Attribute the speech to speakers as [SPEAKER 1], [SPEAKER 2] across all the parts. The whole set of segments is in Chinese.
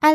[SPEAKER 1] 艾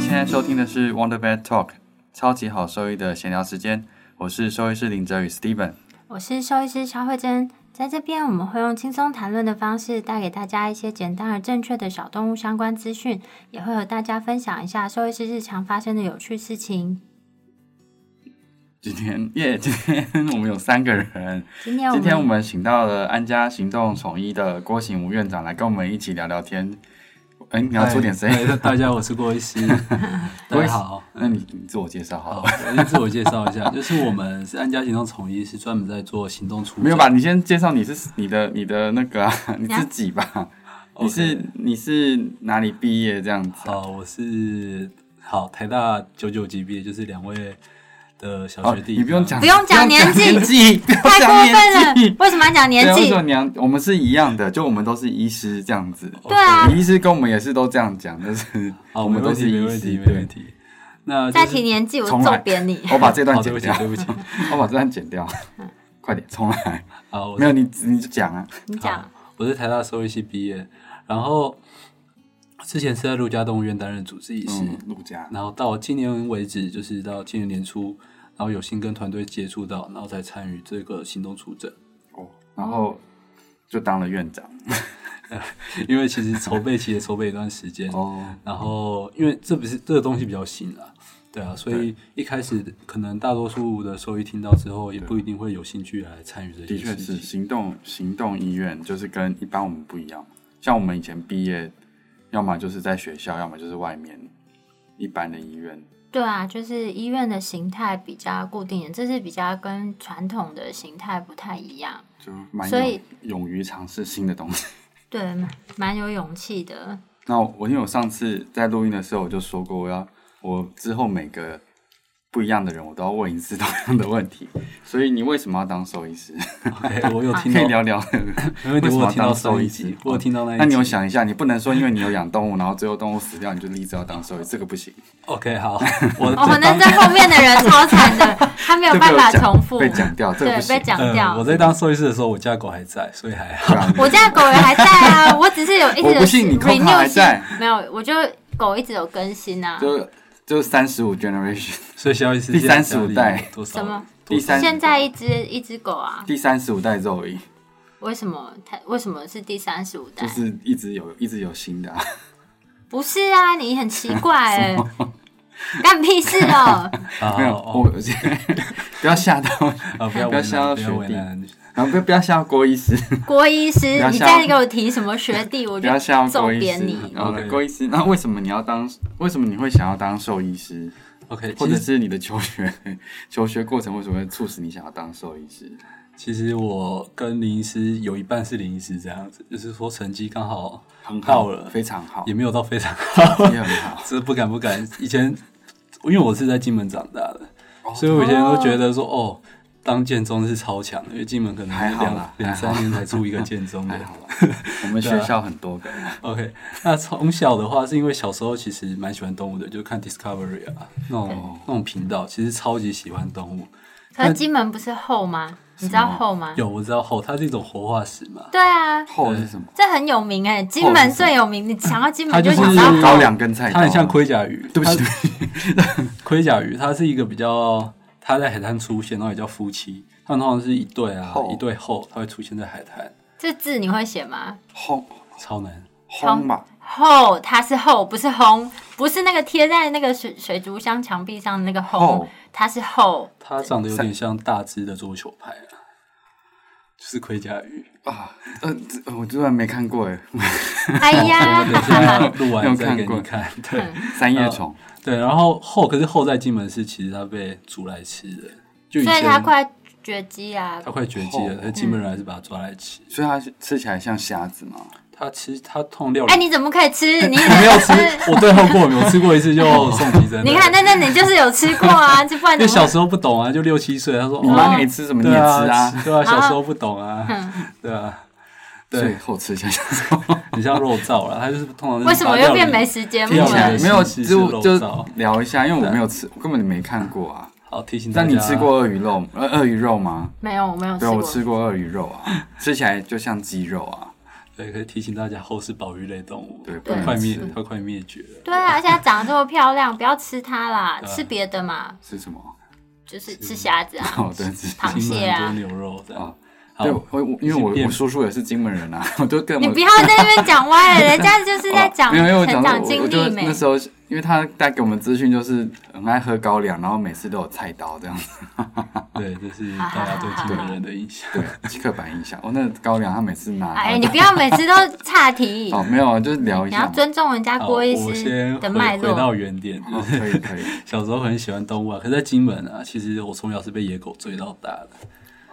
[SPEAKER 2] 现在收听的是 Wonder Vet Talk，超级好兽医的闲聊时间，我是兽医师林哲宇 Steven。
[SPEAKER 1] 我是兽医师肖慧珍，在这边我们会用轻松谈论的方式，带给大家一些简单而正确的小动物相关资讯，也会和大家分享一下兽医师日常发生的有趣事情。
[SPEAKER 2] 今天耶今天我们有三个人，
[SPEAKER 1] 今天我们
[SPEAKER 2] 今天我们请到了安家行动宠医的郭醒吴院长来跟我们一起聊聊天。哎，你要出点声音。
[SPEAKER 3] 嗨大家，我是郭 医师，大家好。
[SPEAKER 2] 那你你自我介绍好
[SPEAKER 3] 好，
[SPEAKER 2] 了，
[SPEAKER 3] 我先自我介绍一下，就是我们是安家行动宠医，是专门在做行动处
[SPEAKER 2] 没有吧？？你先介绍你是你的你的那个、啊、 你自己吧。你是
[SPEAKER 3] OK
[SPEAKER 2] 你是哪里毕业这样子啊？
[SPEAKER 3] 好，我是好台大九九级毕业，就是两位的小
[SPEAKER 2] 哦
[SPEAKER 3] 学，弟。啊
[SPEAKER 2] 你不用讲，
[SPEAKER 1] 不用讲年纪
[SPEAKER 2] 年 纪，不用
[SPEAKER 1] 太
[SPEAKER 2] 讲
[SPEAKER 1] 过
[SPEAKER 2] 年
[SPEAKER 1] 分
[SPEAKER 2] 纪
[SPEAKER 1] 了，。为什么要讲年
[SPEAKER 2] 对为
[SPEAKER 1] 纪
[SPEAKER 2] 什？么你要我们是一样的，就我们都是医师这样子。
[SPEAKER 1] 对啊，
[SPEAKER 2] 你医师跟我们也是都这样讲，就是
[SPEAKER 3] 好，
[SPEAKER 2] 我们都是
[SPEAKER 3] 没
[SPEAKER 2] 医
[SPEAKER 3] 问
[SPEAKER 2] 师
[SPEAKER 3] 题，没问题，没
[SPEAKER 2] 对
[SPEAKER 3] 问。题。那
[SPEAKER 1] 再
[SPEAKER 3] 就是
[SPEAKER 1] 提年纪我
[SPEAKER 2] 重
[SPEAKER 1] 揍
[SPEAKER 2] 来
[SPEAKER 1] 扁你。
[SPEAKER 2] 我把这段
[SPEAKER 3] 好，对
[SPEAKER 2] 剪
[SPEAKER 3] 不起
[SPEAKER 2] 掉，，
[SPEAKER 3] 对不起。
[SPEAKER 2] 我把这段剪掉，快点重来。
[SPEAKER 3] 好，我
[SPEAKER 2] 没
[SPEAKER 3] 是
[SPEAKER 2] 有你，你就讲啊。
[SPEAKER 1] 你讲
[SPEAKER 3] 好，我是台大兽医系毕业，然后之前是在陆家动物园担任主治医师。
[SPEAKER 2] 嗯，陆家，
[SPEAKER 3] 然后到今年为止，就是到今年年初，然后有幸跟团队接触到，然后才参与这个行动出诊。
[SPEAKER 2] 哦然后就当了院长。
[SPEAKER 3] 因为其实筹备其实筹备一段时间，
[SPEAKER 2] 哦，
[SPEAKER 3] 然后因为这不是这个东西比较新啊，对啊，所以一开始可能大多数的兽医听到之后，也不一定会有兴趣来参与这
[SPEAKER 2] 的确
[SPEAKER 3] 件
[SPEAKER 2] 是
[SPEAKER 3] 事情。
[SPEAKER 2] 行动行动医院，就是跟一般我们不一样。像我们以前毕业，要么就是在学校，要么就是外面一般的医院。
[SPEAKER 1] 对啊，就是医院的形态比较固定，这是比较跟传统的形态不太一样。
[SPEAKER 2] 就蛮
[SPEAKER 1] 所以
[SPEAKER 2] 勇勇于尝试新的东西。
[SPEAKER 1] 对，蛮蛮有勇气的。
[SPEAKER 2] 那我因为我上次在录音的时候我就说过，我要我之后每个不一样的人，我都要问一次同样的问题。所以你为什么要当兽医师？
[SPEAKER 3] OK，我有
[SPEAKER 1] 啊
[SPEAKER 3] 听
[SPEAKER 2] 可以
[SPEAKER 3] 到，
[SPEAKER 2] 聊聊。
[SPEAKER 3] 没问题，
[SPEAKER 2] 为什么
[SPEAKER 3] 我有听到
[SPEAKER 2] 当兽
[SPEAKER 3] 上
[SPEAKER 2] 医
[SPEAKER 3] 一
[SPEAKER 2] 师
[SPEAKER 3] 集，我有听到那一集。
[SPEAKER 2] 那你有想一下，你不能说因为你有养动物，然后最后动物死掉，你就立志要当兽医，这个不行。
[SPEAKER 3] ？OK，好， 我
[SPEAKER 1] 哦，可
[SPEAKER 3] 在
[SPEAKER 1] 能 在后面的人超惨的，他没有办法重复，
[SPEAKER 2] 被讲 掉，这个
[SPEAKER 1] 对，
[SPEAKER 2] 不行。嗯
[SPEAKER 1] 被讲
[SPEAKER 3] 当
[SPEAKER 1] 掉。
[SPEAKER 3] 呃我在当兽医师的时候，我家狗还在，所以还好。
[SPEAKER 2] 对啊
[SPEAKER 1] 我家狗也还在 啊，我只是有一直有
[SPEAKER 2] 我不信你
[SPEAKER 1] renew
[SPEAKER 2] 扣卡还在
[SPEAKER 1] 新没有，我就狗一直有更新啊。
[SPEAKER 2] 就就三十五 generation，
[SPEAKER 3] 所以肖医师
[SPEAKER 2] 第
[SPEAKER 3] 现在
[SPEAKER 2] 35
[SPEAKER 3] 家里
[SPEAKER 2] 代
[SPEAKER 3] 多少？
[SPEAKER 1] 什么
[SPEAKER 2] 第三
[SPEAKER 1] 现在一只一只狗啊，
[SPEAKER 2] 第三十五代肉蚁，
[SPEAKER 1] 为什么它为什么是第三十五代
[SPEAKER 2] 就？是一直有一直有新的、啊。
[SPEAKER 1] 不是啊，你很奇怪哎、干屁事哦！
[SPEAKER 3] 啊
[SPEAKER 2] 没有，
[SPEAKER 3] 哦
[SPEAKER 2] 我不要吓到，
[SPEAKER 3] 啊，不要
[SPEAKER 2] 不要吓到
[SPEAKER 3] 为难不要为
[SPEAKER 2] 学弟
[SPEAKER 3] 难
[SPEAKER 2] 然后不要不要吓到郭医师，
[SPEAKER 1] 郭医师
[SPEAKER 2] 不要，
[SPEAKER 1] 你
[SPEAKER 2] 笑
[SPEAKER 1] 再给我提什么学弟，我
[SPEAKER 2] 不
[SPEAKER 1] 就
[SPEAKER 2] 要吓到
[SPEAKER 1] 揍
[SPEAKER 2] 郭医
[SPEAKER 1] 扁
[SPEAKER 2] 师
[SPEAKER 1] 你。。
[SPEAKER 2] 然后呢
[SPEAKER 3] OK
[SPEAKER 2] 郭医师，那为什么你要当？为什么你会想要当兽医师？
[SPEAKER 3] OK，
[SPEAKER 2] 或
[SPEAKER 3] 其
[SPEAKER 2] 者
[SPEAKER 3] 实
[SPEAKER 2] 是你的求学求学过程为什么会促使你想要当兽医师？
[SPEAKER 3] 其实我跟林医师有一半是林医师这样子，就是说成绩刚好
[SPEAKER 2] 很好
[SPEAKER 3] 到了，
[SPEAKER 2] 非常好，
[SPEAKER 3] 也没有到非常好，
[SPEAKER 2] 也很好。
[SPEAKER 3] 这不敢不敢。以前因为我是在金门长大的，
[SPEAKER 2] 哦
[SPEAKER 3] 所以我以前都觉得说哦。当建中是超强的，因为金门可能
[SPEAKER 2] 还好啦
[SPEAKER 3] 两两三 年才出一个建中的
[SPEAKER 2] 还。好啦，我们
[SPEAKER 3] 啊
[SPEAKER 2] 学校很多个，
[SPEAKER 3] OK，那从小的话，是因为小时候其实蛮喜欢动物的，就看 Discovery 啊那种
[SPEAKER 2] 哦
[SPEAKER 3] 那种频道，其实超级喜欢动物。
[SPEAKER 1] 可是金门不是后吗？你知道后吗？
[SPEAKER 3] 有我知道吼，它是一种活化石嘛，
[SPEAKER 1] 对啊，
[SPEAKER 2] 后是什么？
[SPEAKER 1] 这很有名哎、金门最有名。你想到金门
[SPEAKER 3] 它就是
[SPEAKER 1] 想到
[SPEAKER 3] 嗯
[SPEAKER 2] 高粱跟菜刀，
[SPEAKER 3] 它很像盔甲鱼，
[SPEAKER 2] 对不起
[SPEAKER 3] 它， 盔甲鱼它是一个比较，它在海滩出现，然后也叫夫妻，它们通常是一对啊
[SPEAKER 2] 后，
[SPEAKER 3] 一对后，它会出现在海滩，
[SPEAKER 1] 这字你会写吗？
[SPEAKER 2] 轰
[SPEAKER 3] 超难。
[SPEAKER 2] 轰吧，
[SPEAKER 1] 后，它是后，不是轰，不是那个贴在那个水水族箱墙壁上的那个
[SPEAKER 2] 后
[SPEAKER 1] 轰，它是后。
[SPEAKER 3] 它长得有点像大只的桌球拍啊，就是盔甲鱼。
[SPEAKER 2] 啊，呃，这我居然没看过哎，
[SPEAKER 1] 哎
[SPEAKER 3] 哦我们等一
[SPEAKER 1] 呀，
[SPEAKER 3] 下录
[SPEAKER 2] 没有
[SPEAKER 3] 完再
[SPEAKER 2] 看
[SPEAKER 3] 给
[SPEAKER 2] 过
[SPEAKER 3] 你看。对
[SPEAKER 2] 三叶虫，
[SPEAKER 3] 对，然后后可是后在金门市，其实它被煮来吃的，就以
[SPEAKER 1] 所以
[SPEAKER 3] 前
[SPEAKER 1] 它快绝迹啊
[SPEAKER 3] 它！快绝迹了，
[SPEAKER 2] 后
[SPEAKER 3] 但金门人还是把它抓来吃。
[SPEAKER 2] 所以它是吃起来像虾子嘛，
[SPEAKER 3] 它其实它痛料理
[SPEAKER 1] 哎，，你怎么可以吃？你
[SPEAKER 3] 没有吃，我对后过敏，我吃过 一次就送急诊。
[SPEAKER 1] 哎你看，，那那你就是有吃过 啊，就不然怎
[SPEAKER 3] 因为
[SPEAKER 1] 么
[SPEAKER 3] 小时候不懂啊，就六七岁，他说
[SPEAKER 2] 你
[SPEAKER 3] 哦
[SPEAKER 2] 妈给你吃什么你
[SPEAKER 3] 对
[SPEAKER 2] 也吃
[SPEAKER 3] 啊
[SPEAKER 2] 啊，，
[SPEAKER 3] 对啊，小时候不懂啊，
[SPEAKER 1] 嗯
[SPEAKER 3] 对啊，
[SPEAKER 2] 所以
[SPEAKER 3] 对，
[SPEAKER 2] 后吃一下。
[SPEAKER 3] 很像肉燥啦，它就是通常
[SPEAKER 1] 为什么又变美？食节目
[SPEAKER 3] 听
[SPEAKER 2] 听
[SPEAKER 3] 起
[SPEAKER 2] 起
[SPEAKER 3] 来
[SPEAKER 2] 来
[SPEAKER 1] 了？
[SPEAKER 2] 没有
[SPEAKER 3] 是
[SPEAKER 2] 就是就
[SPEAKER 3] 肉燥
[SPEAKER 2] 聊一下，因为我没有吃，我根本没看过啊。
[SPEAKER 3] 好提醒大
[SPEAKER 2] 但
[SPEAKER 3] 家，
[SPEAKER 2] 你吃过鳄鱼肉呃鳄鱼肉吗？
[SPEAKER 1] 没有，我没有吃
[SPEAKER 2] 对，啊
[SPEAKER 1] 过。
[SPEAKER 2] 我吃过鳄鱼肉啊，吃起来就像鸡肉啊。
[SPEAKER 3] 对，可以提醒大家，后是保育类动物，
[SPEAKER 2] 对
[SPEAKER 3] 它
[SPEAKER 1] 不能
[SPEAKER 3] 快灭
[SPEAKER 2] 吃，
[SPEAKER 3] 它快灭绝了。
[SPEAKER 1] 对啊，而且它长得这么漂亮，不要吃它啦，
[SPEAKER 3] 对啊
[SPEAKER 1] 吃别的嘛，
[SPEAKER 2] 是什 么？
[SPEAKER 1] 就是吃虾子 啊。
[SPEAKER 2] 哦，对，是
[SPEAKER 1] 螃
[SPEAKER 3] 金
[SPEAKER 1] 蟹
[SPEAKER 3] 门
[SPEAKER 1] 啊
[SPEAKER 3] 很多牛肉这样
[SPEAKER 2] 哦。
[SPEAKER 3] 好
[SPEAKER 2] 对，我我因为
[SPEAKER 3] 已经
[SPEAKER 2] 我
[SPEAKER 3] 变
[SPEAKER 2] 我叔叔也是金门人啊， 我就跟
[SPEAKER 1] 你
[SPEAKER 2] 我
[SPEAKER 1] 不要在那边讲 歪了，人家就是在讲
[SPEAKER 2] 哦没有，因为我
[SPEAKER 1] 成
[SPEAKER 2] 讲说
[SPEAKER 1] 长
[SPEAKER 2] 我我
[SPEAKER 1] 经
[SPEAKER 2] 就
[SPEAKER 1] 历美
[SPEAKER 2] 那。时候，因为他带给我们资讯就是很爱喝高粱，然后每次都有菜刀这样子，
[SPEAKER 3] 对，这是大家对金门人的印象。
[SPEAKER 2] 对，刻板印象。哦，那高粱他每次拿，
[SPEAKER 1] 哎，你不要每次都岔 题，
[SPEAKER 2] 哦，没有，啊，就是聊一
[SPEAKER 1] 你要
[SPEAKER 2] 下，
[SPEAKER 1] 尊重人家
[SPEAKER 3] 好
[SPEAKER 1] 郭医
[SPEAKER 3] 我
[SPEAKER 1] 师
[SPEAKER 3] 先
[SPEAKER 1] 的
[SPEAKER 3] 回
[SPEAKER 1] 脉
[SPEAKER 3] 回到
[SPEAKER 1] 络。
[SPEAKER 3] 原点，
[SPEAKER 2] 哦，可以可以，
[SPEAKER 3] 小时候很喜欢动物啊，可是在金门啊，其实我从小是被野狗追到大的，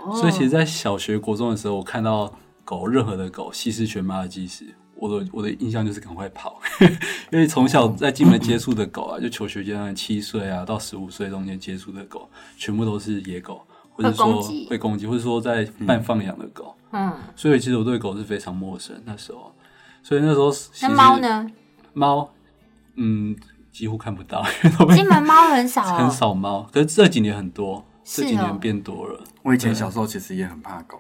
[SPEAKER 1] 哦
[SPEAKER 3] 所以其实，在小学、国中的时候，我看到狗，任何的狗，西施、全麻的技师，我的我的印象就是赶快跑， 因为从小在金门接触的狗啊，就求学阶段七岁啊到十五岁中间接触的狗，全部都是野狗，或者
[SPEAKER 1] 会
[SPEAKER 3] 说
[SPEAKER 1] 攻击
[SPEAKER 3] 会攻击，或者说在半放养的狗，
[SPEAKER 1] 嗯，
[SPEAKER 3] 所以其实我对狗是非常陌生那时候，所以那时候其
[SPEAKER 1] 那
[SPEAKER 3] 实
[SPEAKER 1] 猫？ 呢？
[SPEAKER 3] 猫，嗯，几乎看不到，因为都被
[SPEAKER 1] 金门猫很少
[SPEAKER 3] 很
[SPEAKER 1] 哦，
[SPEAKER 3] 少猫，可是这几年很多，
[SPEAKER 1] 是
[SPEAKER 3] 这几
[SPEAKER 1] 哦
[SPEAKER 3] 年变多了。
[SPEAKER 2] 我以前小时候其实也很怕狗，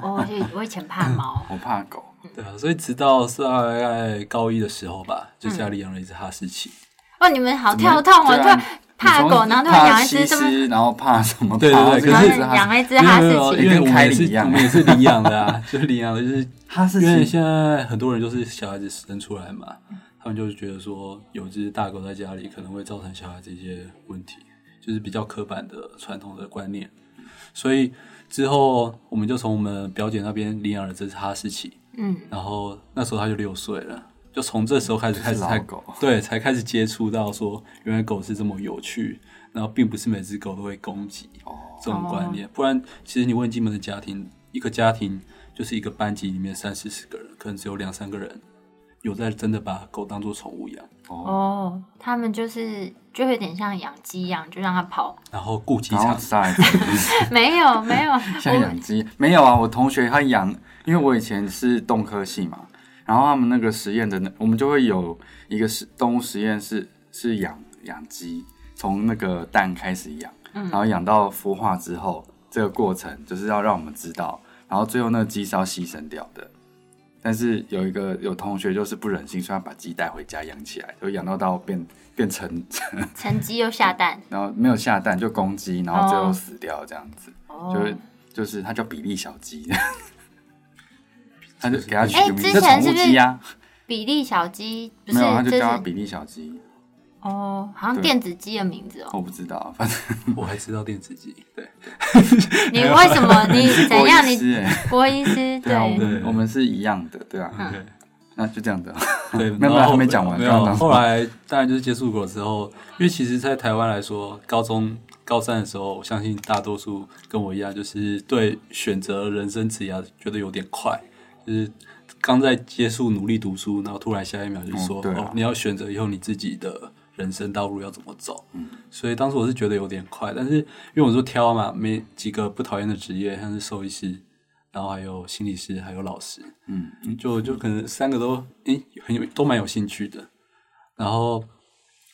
[SPEAKER 1] 哦我以我以前怕 猫。
[SPEAKER 2] 我怕狗，
[SPEAKER 3] 对啊，所以直到是大概高一的时候吧，就家里养了一只哈士奇。
[SPEAKER 1] 哦，你们好
[SPEAKER 2] 怎
[SPEAKER 1] 跳
[SPEAKER 2] 么
[SPEAKER 1] 痛哦，
[SPEAKER 2] 对
[SPEAKER 1] 突
[SPEAKER 2] 啊
[SPEAKER 1] 然怕
[SPEAKER 2] 你从
[SPEAKER 1] 狗，然后突然
[SPEAKER 2] 怕
[SPEAKER 1] 养一
[SPEAKER 2] 西
[SPEAKER 1] 只这么，
[SPEAKER 2] 施，然后怕什么？
[SPEAKER 3] 对对
[SPEAKER 2] 怕
[SPEAKER 1] 然
[SPEAKER 3] 对可
[SPEAKER 1] 后
[SPEAKER 3] 是
[SPEAKER 2] 这
[SPEAKER 1] 养了一只
[SPEAKER 3] 没有
[SPEAKER 1] 哈士
[SPEAKER 3] 没有
[SPEAKER 1] 奇。
[SPEAKER 3] 因为我
[SPEAKER 2] 跟凯
[SPEAKER 3] 们也
[SPEAKER 2] 里
[SPEAKER 3] 是
[SPEAKER 2] 一样
[SPEAKER 3] 我们也是领养的啊， 就是领养的，就是
[SPEAKER 2] 哈士
[SPEAKER 3] 因为
[SPEAKER 2] 奇，
[SPEAKER 3] 现在很多人就是小孩子生出来嘛，他们就是觉得说有只大狗在家里可能会造成小孩子一些问题，就是比较刻板的传统的观念。所以之后我们就从我们表姐那边领养了这只哈士奇，
[SPEAKER 1] 嗯，
[SPEAKER 3] 然后那时候它就六岁了，就从这时候开始开始
[SPEAKER 2] 老
[SPEAKER 3] 才
[SPEAKER 2] 狗
[SPEAKER 3] 对才开始接触到说原来狗是这么有趣，然后并不是每只狗都会攻击。
[SPEAKER 2] 哦，
[SPEAKER 3] 这种观念，不然其实你问金门的家庭，一个家庭就是一个班级里面三四十个人，可能只有两三个人有在真的把狗当做宠物养，
[SPEAKER 2] 哦，
[SPEAKER 1] 哦，他们就是就有点像养鸡一样，就让它跑。
[SPEAKER 3] 然后顾及
[SPEAKER 2] 然后
[SPEAKER 3] 场，
[SPEAKER 2] 杀一只。
[SPEAKER 1] 没有没有，
[SPEAKER 2] 像
[SPEAKER 1] 我
[SPEAKER 2] 养鸡没有啊，我同学他养，因为我以前是动科系嘛，然后他们那个实验的那，我们就会有一个实动物实验室是养养鸡，从那个蛋开始养，然后养到孵化之后，这个过程就是要让我们知道，然后最后那个鸡是要牺牲掉的。但是有一个有同学就是不忍心，所以他把鸡带回家养起来，就养到到变变成，
[SPEAKER 1] 哦成鸡又下蛋
[SPEAKER 2] 然后没有下蛋就公鸡，然后最后死掉这样子。
[SPEAKER 1] 哦
[SPEAKER 2] 就是就是它叫比利小鸡， 他就给它取
[SPEAKER 1] 哎
[SPEAKER 2] 个名
[SPEAKER 1] 之
[SPEAKER 2] 字，
[SPEAKER 1] 前
[SPEAKER 2] 宠
[SPEAKER 1] 是
[SPEAKER 2] 物
[SPEAKER 1] 不是
[SPEAKER 2] 鸡啊，
[SPEAKER 1] 比利小鸡不是
[SPEAKER 2] 没有，他就
[SPEAKER 1] 这
[SPEAKER 2] 叫它
[SPEAKER 1] 是
[SPEAKER 2] 比利小鸡，
[SPEAKER 1] 哦，好像
[SPEAKER 2] 对
[SPEAKER 1] 电子鸡的名字哦。
[SPEAKER 2] 我不知道，反正
[SPEAKER 3] 我还知道电子鸡，对，
[SPEAKER 1] 你为什 么你怎
[SPEAKER 2] 我
[SPEAKER 1] 样
[SPEAKER 2] 也
[SPEAKER 1] 你
[SPEAKER 2] 是哎，
[SPEAKER 1] 郭医师
[SPEAKER 2] 对啊，我
[SPEAKER 1] 对
[SPEAKER 3] 对
[SPEAKER 2] 们我们是一样的，对啊，
[SPEAKER 1] 嗯
[SPEAKER 2] 那就这样的，
[SPEAKER 3] 对，
[SPEAKER 2] 没有
[SPEAKER 3] 然后
[SPEAKER 2] 还没讲完
[SPEAKER 3] 没
[SPEAKER 2] 刚
[SPEAKER 3] 有。
[SPEAKER 2] 刚
[SPEAKER 3] 后来当然就是接触过之后，因为其实，在台湾来说，高中高三的时候，我相信大多数跟我一样，就是对选择人生职涯觉得有点快，就是刚在接触努力读书，然后突然下一秒就说、
[SPEAKER 2] 嗯对啊
[SPEAKER 3] 哦，你要选择以后你自己的人生道路要怎么走。
[SPEAKER 2] 嗯
[SPEAKER 3] 所以当时我是觉得有点快，但是因为我说挑啊嘛，没几个不讨厌的职业，像是兽医师，然后还有心理师，还有老师，
[SPEAKER 2] 嗯，
[SPEAKER 3] 就就可能三个都诶、很有都蛮有兴趣的。然后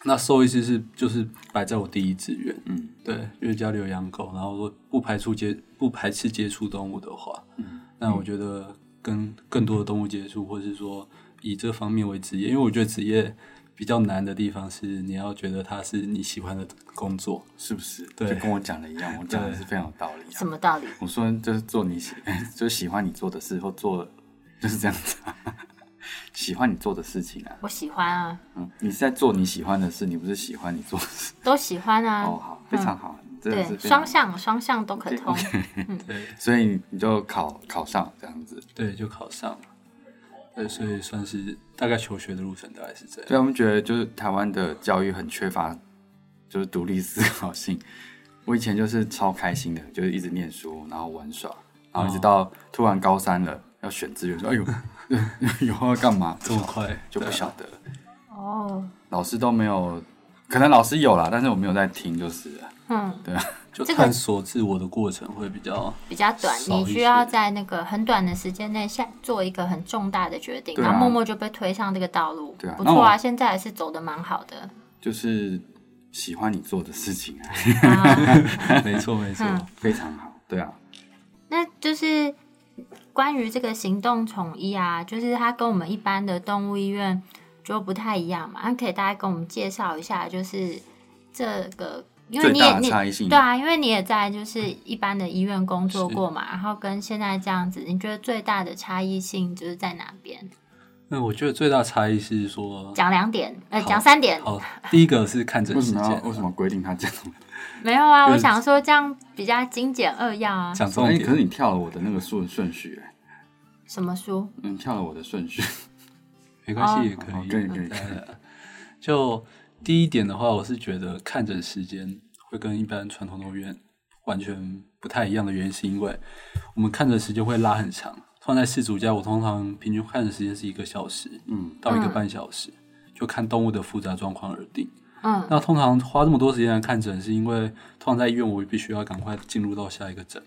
[SPEAKER 3] 那兽医师是就是摆在我第一志愿，
[SPEAKER 2] 嗯，
[SPEAKER 3] 对，因为家里有养狗，然后说不排除接不排斥接触动物的话，嗯，那我觉得跟更多的动物接触，或是说以这方面为职业，因为我觉得职业。比较难的地方是，你要觉得它是你喜欢的工作，
[SPEAKER 2] 是不是？
[SPEAKER 3] 对
[SPEAKER 2] 就跟我讲的一样，我讲的是非常有道理啊
[SPEAKER 1] 什。么道理？
[SPEAKER 2] 我说就是做你喜， 就喜欢你做的事或做，就是这样子啊， 喜欢你做的事情啊，
[SPEAKER 1] 我喜欢啊，
[SPEAKER 2] 嗯，你是在做你喜欢的事，你不是喜欢你做的事。
[SPEAKER 1] 都喜欢啊。
[SPEAKER 2] 哦，好，非常好，真的是
[SPEAKER 1] 对，
[SPEAKER 2] 非常
[SPEAKER 1] 双向双向都可通。
[SPEAKER 3] 对
[SPEAKER 2] 所以你就考考上这样子。
[SPEAKER 3] 对，就考上了，对，所以算是大概求学的路程大概是这样。
[SPEAKER 2] 对，我们觉得就是台湾的教育很缺乏，就是独立思考性。我以前就是超开心的，
[SPEAKER 3] 哦
[SPEAKER 2] 就是一直念书，然后玩耍，然后一直到突然高三了要选志愿，说哎呦， 以后要干嘛
[SPEAKER 3] 这么快
[SPEAKER 2] 就不
[SPEAKER 3] 对啊
[SPEAKER 2] 晓得了，
[SPEAKER 1] 哦，
[SPEAKER 2] 老师都没有，可能老师有啦，但是我没有在听就是了。
[SPEAKER 1] 嗯，
[SPEAKER 3] 就
[SPEAKER 1] 这个
[SPEAKER 3] 探索自我的过程会 比较
[SPEAKER 1] 比较短，
[SPEAKER 3] 少
[SPEAKER 1] 你
[SPEAKER 3] 一
[SPEAKER 1] 需
[SPEAKER 3] 些
[SPEAKER 1] 要在那个很短的时间内下做一个很重大的决定，
[SPEAKER 2] 对啊
[SPEAKER 1] 然后默默就被推上这个道路，
[SPEAKER 2] 对啊
[SPEAKER 1] 不
[SPEAKER 2] 那
[SPEAKER 1] 错啊，
[SPEAKER 2] 我
[SPEAKER 1] 现在还是走的蛮好的。
[SPEAKER 2] 就是喜欢你做的事情啊，
[SPEAKER 1] 啊
[SPEAKER 3] 没错没错，
[SPEAKER 1] 嗯
[SPEAKER 2] 非常好。对啊，
[SPEAKER 1] 那就是关于这个行动宠医啊，就是它跟我们一般的动物医院就不太一样嘛。那可以大概跟我们介绍一下，就是这个，因为
[SPEAKER 2] 最
[SPEAKER 1] 你也
[SPEAKER 2] 大的
[SPEAKER 1] 你
[SPEAKER 2] 差异性
[SPEAKER 1] 对啊，因为你也在就是一般的医院工作过嘛，然后跟现在这样子，你觉得最大的差异性就是在哪边？
[SPEAKER 3] 那我觉得最大差异是说，
[SPEAKER 1] 讲两点，呃，
[SPEAKER 3] 好
[SPEAKER 1] 讲三点，
[SPEAKER 3] 好，第一个是看诊
[SPEAKER 2] 为
[SPEAKER 3] 时
[SPEAKER 2] 什么
[SPEAKER 3] 间
[SPEAKER 2] 要，为什么规定他这样？
[SPEAKER 1] 没有啊，
[SPEAKER 3] 就
[SPEAKER 1] 我
[SPEAKER 3] 是
[SPEAKER 1] 想说这样比较精简扼要啊。
[SPEAKER 3] 讲重
[SPEAKER 2] 哎、
[SPEAKER 3] 点
[SPEAKER 2] 可是你跳了我的那个顺顺序、欸，
[SPEAKER 1] 什么书？
[SPEAKER 2] 嗯，跳了我的顺序。
[SPEAKER 3] 没关
[SPEAKER 1] 哦
[SPEAKER 3] 系也可
[SPEAKER 2] 好
[SPEAKER 3] 以，
[SPEAKER 2] 可以 可以可以
[SPEAKER 3] 对就第一点的话，我是觉得看诊时间会跟一般传统动物园完全不太一样的原因，是因为我们看诊时间会拉很长。放在饲主家，我通常平均看诊时间是一个小时
[SPEAKER 2] 嗯，
[SPEAKER 3] 到一个半小时，就看动物的复杂状况而定。
[SPEAKER 1] 嗯
[SPEAKER 3] 那通常花这么多时间来看诊，是因为通常在医院，我必须要赶快进入到下一个诊。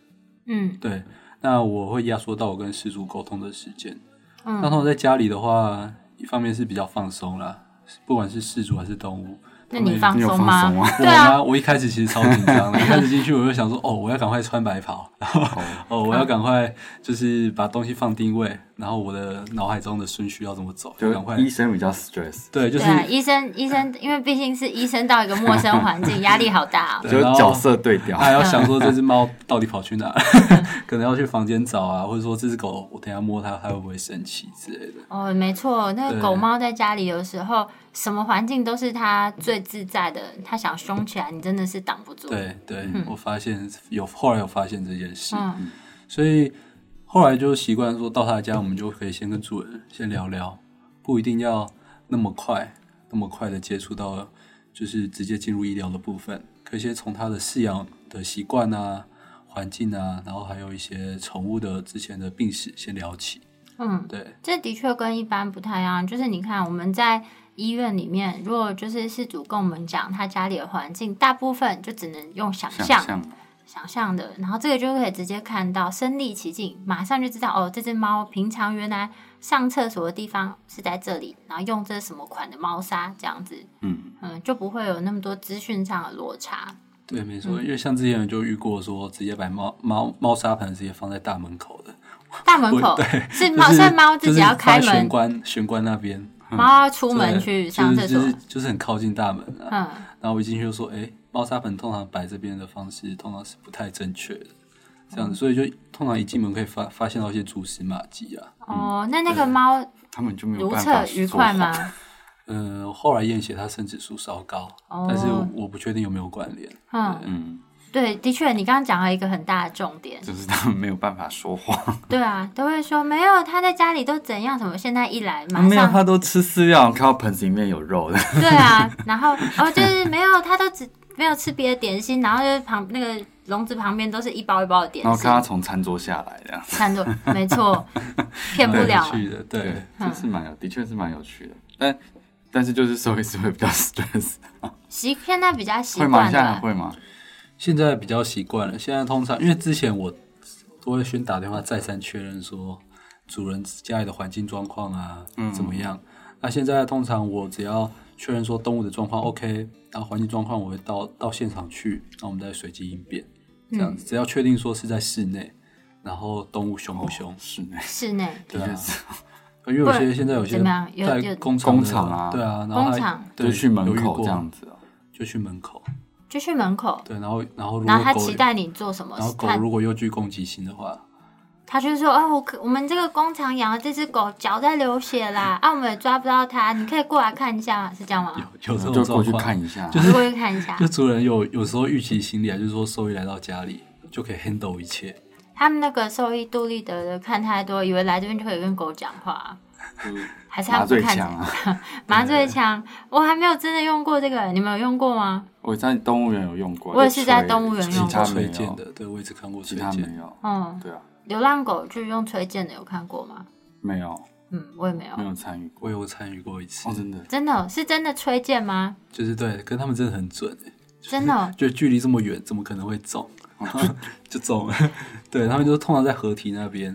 [SPEAKER 1] 嗯
[SPEAKER 3] 对，那我会压缩到我跟失主沟通的时间。那
[SPEAKER 1] 嗯，
[SPEAKER 3] 通常在家里的话，一方面是比较放松啦，不管是失主还是动物。
[SPEAKER 1] 那
[SPEAKER 3] 他们
[SPEAKER 1] 你放
[SPEAKER 2] 你有
[SPEAKER 1] 松
[SPEAKER 2] 放
[SPEAKER 1] 吗？
[SPEAKER 2] 松吗？
[SPEAKER 3] 我
[SPEAKER 1] 对啊
[SPEAKER 3] 妈，我一开始其实超紧张的，一开始进去我就想说，哦，我要赶快穿白袍，然后哦，我要赶快就是把东西放定位，然后我的脑海中的顺序要怎么走，
[SPEAKER 2] 就
[SPEAKER 3] 赶快，
[SPEAKER 2] 医生比较 stress，
[SPEAKER 3] 对，就是
[SPEAKER 1] 对啊，医生医 生，因为毕竟是医生到一个陌生环境，压力好大哦。
[SPEAKER 2] 就是
[SPEAKER 3] 然后哎
[SPEAKER 2] 角色对调。
[SPEAKER 3] 他还要想说这只猫到底跑去哪， 可能要去房间找啊，或者说这只狗我等一下摸它，它会不会生气之类的。
[SPEAKER 1] 哦，没错，那个
[SPEAKER 3] 对
[SPEAKER 1] 狗猫在家里有时候什么环境都是它最自在的，它想凶起来，你真的是挡不住。，
[SPEAKER 3] 对对，我发现有后来有发现这件事，
[SPEAKER 1] 嗯
[SPEAKER 3] 所以后来就习惯说到他家，我们就可以先跟主人先聊聊，不一定要那么快那么快的接触到，就是直接进入医疗的部分，可以先从他的饲养的习惯啊、环境啊，然后还有一些宠物的之前的病史先聊起。
[SPEAKER 1] 嗯，
[SPEAKER 3] 对，
[SPEAKER 1] 这的确跟一般不太一样。就是你看我们在医院里面，如果就是事主跟我们讲他家里的环境，大部分就只能用想
[SPEAKER 2] 想
[SPEAKER 1] 象。
[SPEAKER 2] 象
[SPEAKER 1] 想象的，然后这个就可以直接看到，身临其境，马上就知道哦，这只猫平常原来上厕所的地方是在这里，然后用这什么款的猫砂这样子，
[SPEAKER 2] 嗯
[SPEAKER 1] 嗯，就不会有那么多资讯上的落差。
[SPEAKER 3] 对，没错，
[SPEAKER 1] 嗯
[SPEAKER 3] 因为像之前就遇过说直接把猫猫猫砂盆直接放在大门口的，
[SPEAKER 1] 大门口是猫，
[SPEAKER 3] 就是
[SPEAKER 1] 是猫自己要开
[SPEAKER 3] 就是放在玄
[SPEAKER 1] 门，
[SPEAKER 3] 关玄关那边，
[SPEAKER 1] 猫要出门
[SPEAKER 3] 对
[SPEAKER 1] 去上厕
[SPEAKER 3] 就
[SPEAKER 1] 所
[SPEAKER 3] 是，就是就是很靠近大门啊。
[SPEAKER 1] 嗯，
[SPEAKER 3] 然后我一进去就说，哎、猫砂盆通常摆这边的方式通常是不太正确的，这
[SPEAKER 1] 哦
[SPEAKER 3] 样子，所以就通常一进门可以发发现到一些蛛丝马迹啊。
[SPEAKER 1] 哦，那那个猫
[SPEAKER 2] 他们就没有
[SPEAKER 1] 如
[SPEAKER 2] 办
[SPEAKER 1] 厕
[SPEAKER 2] 法
[SPEAKER 1] 愉快
[SPEAKER 2] 说
[SPEAKER 1] 吗？
[SPEAKER 3] 嗯、后来验血它肾指数稍高，
[SPEAKER 1] 哦
[SPEAKER 3] 但是我不确定有没有关联。
[SPEAKER 1] 嗯
[SPEAKER 2] 谎？，嗯，
[SPEAKER 1] 对，的确，你刚刚讲了一个很大的重点，
[SPEAKER 2] 就是他们没有办法说 话。
[SPEAKER 1] 对啊，都会说没有，他在家里都怎样，什么现在一来
[SPEAKER 3] 啊
[SPEAKER 1] 马
[SPEAKER 2] 没有，
[SPEAKER 1] 上
[SPEAKER 2] 他都吃饲料，看到盆子里面有 肉的。
[SPEAKER 1] 对啊，然后哦，就是没有，他都只没有吃别的点心，然后就是旁那个笼子旁边都是一包一包的点
[SPEAKER 2] 然后
[SPEAKER 1] 心
[SPEAKER 2] 看，
[SPEAKER 3] 哦
[SPEAKER 2] 他从餐桌下来，这样
[SPEAKER 1] 看着没 错，骗不
[SPEAKER 3] 蛮有
[SPEAKER 1] 了。
[SPEAKER 3] 趣啊的，对，，
[SPEAKER 2] 这是
[SPEAKER 1] 嗯
[SPEAKER 2] 蛮有，的确是蛮有趣的。但但是就是收一次会比较 stress，
[SPEAKER 1] 习现在比较习
[SPEAKER 2] 会吗？
[SPEAKER 1] 惯
[SPEAKER 2] 现在还
[SPEAKER 1] 了，
[SPEAKER 2] 会吗？
[SPEAKER 3] 现在比较习惯了。现在通常因为之前我都会先打电话再三确认说主人家里的环境状况啊、
[SPEAKER 2] 嗯
[SPEAKER 3] 怎么样。那现在通常我只要确认说动物的状况 OK，然后环境状况我会到到现场去，那我们再随机应变。这样
[SPEAKER 2] 嗯
[SPEAKER 3] 子，只要确定说是在室内，然后动物凶不凶，
[SPEAKER 2] 室内
[SPEAKER 1] 室内
[SPEAKER 2] 的
[SPEAKER 3] 啊
[SPEAKER 2] 确是，
[SPEAKER 3] 因为有些现在有些
[SPEAKER 1] 怎么样有有
[SPEAKER 3] 在工厂的
[SPEAKER 2] 工厂啊
[SPEAKER 3] 对啊，然后
[SPEAKER 1] 工厂
[SPEAKER 3] 还对
[SPEAKER 2] 就去门
[SPEAKER 3] 有遇
[SPEAKER 2] 口
[SPEAKER 3] 过
[SPEAKER 2] 这样子哦。
[SPEAKER 3] 就去门口，
[SPEAKER 1] 就去门口，
[SPEAKER 3] 对，然后然后如
[SPEAKER 1] 然后他
[SPEAKER 3] 果狗
[SPEAKER 1] 期待你做什么
[SPEAKER 3] 然后，狗
[SPEAKER 1] 他
[SPEAKER 3] 如果又具攻击性的话，
[SPEAKER 1] 他就说哦，我可我们这个工厂养的这只狗脚在流血 啦，啊，我们也抓不到它，你可以过来看一下吗，是这样吗？
[SPEAKER 3] 有有这种
[SPEAKER 2] 就过去
[SPEAKER 3] 状况
[SPEAKER 2] 看一下，
[SPEAKER 1] 我过去看一下
[SPEAKER 3] 就，主人有有时候预期心理啊，就是说兽医来到家里就可以 handle 一切，
[SPEAKER 1] 他们那个兽医杜立德的看太多，以为来这边就可以跟狗讲话 啊，
[SPEAKER 2] 就是
[SPEAKER 1] 还是他
[SPEAKER 2] 麻
[SPEAKER 1] 不
[SPEAKER 2] 醉
[SPEAKER 1] 看
[SPEAKER 2] 枪啊。
[SPEAKER 1] 麻醉枪，我还没有真的用过这个，你们有用过吗？
[SPEAKER 2] 我在动物园有用过，
[SPEAKER 1] 我也是在
[SPEAKER 2] 就吹
[SPEAKER 1] 动物园
[SPEAKER 2] 其
[SPEAKER 1] 用
[SPEAKER 2] 他
[SPEAKER 1] 过
[SPEAKER 2] 没
[SPEAKER 3] 推荐
[SPEAKER 2] 有，
[SPEAKER 3] 的，对我也只看过
[SPEAKER 2] 其
[SPEAKER 3] 推
[SPEAKER 2] 他
[SPEAKER 3] 荐，
[SPEAKER 2] 没有。
[SPEAKER 1] 嗯，
[SPEAKER 2] 对啊，
[SPEAKER 1] 流浪狗就是用吹箭的，有看过吗？
[SPEAKER 2] 没有。
[SPEAKER 1] 嗯，我也没有
[SPEAKER 2] 没。有参与过
[SPEAKER 3] 我有参与过一次
[SPEAKER 2] 哦，，真的
[SPEAKER 1] 真的哦是真的吹剑吗？
[SPEAKER 3] 就是对，跟他们真的很准欸
[SPEAKER 1] 真的哦
[SPEAKER 3] 就距离这么远，怎么可能会中？
[SPEAKER 2] 哦
[SPEAKER 3] 就中了。对他们就通常在河堤那边，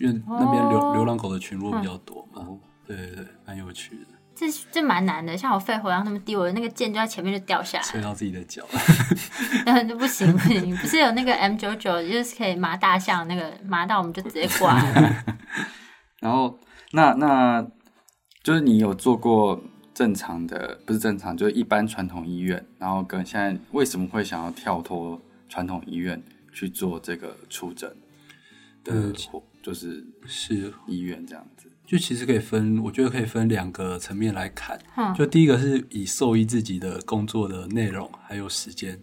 [SPEAKER 3] 因为那边流、
[SPEAKER 1] 哦
[SPEAKER 3] 流浪狗的群落比较多嘛。
[SPEAKER 2] 哦
[SPEAKER 3] 对对对，蛮有趣的，
[SPEAKER 1] 这这蛮难的。像我肺活量那么低，我的那个剑就在前面就掉下来了。
[SPEAKER 3] 吹到自己的脚。
[SPEAKER 1] 但不行不行，不是有那个 M 九九，就是可以麻大象那个麻到我们就直接挂 了。
[SPEAKER 2] 然后那那就是你有做过正常的，不是正常，就是一般传统医院，然后跟现在为什么会想要跳脱传统医院去做这个出诊的
[SPEAKER 3] 嗯
[SPEAKER 2] 活，就是
[SPEAKER 3] 是，
[SPEAKER 2] 医院这样子？
[SPEAKER 3] 就其实可以分，我觉得可以分两个层面来看。
[SPEAKER 1] 嗯
[SPEAKER 3] 就第一个是以兽医自己的工作的内容还有时间，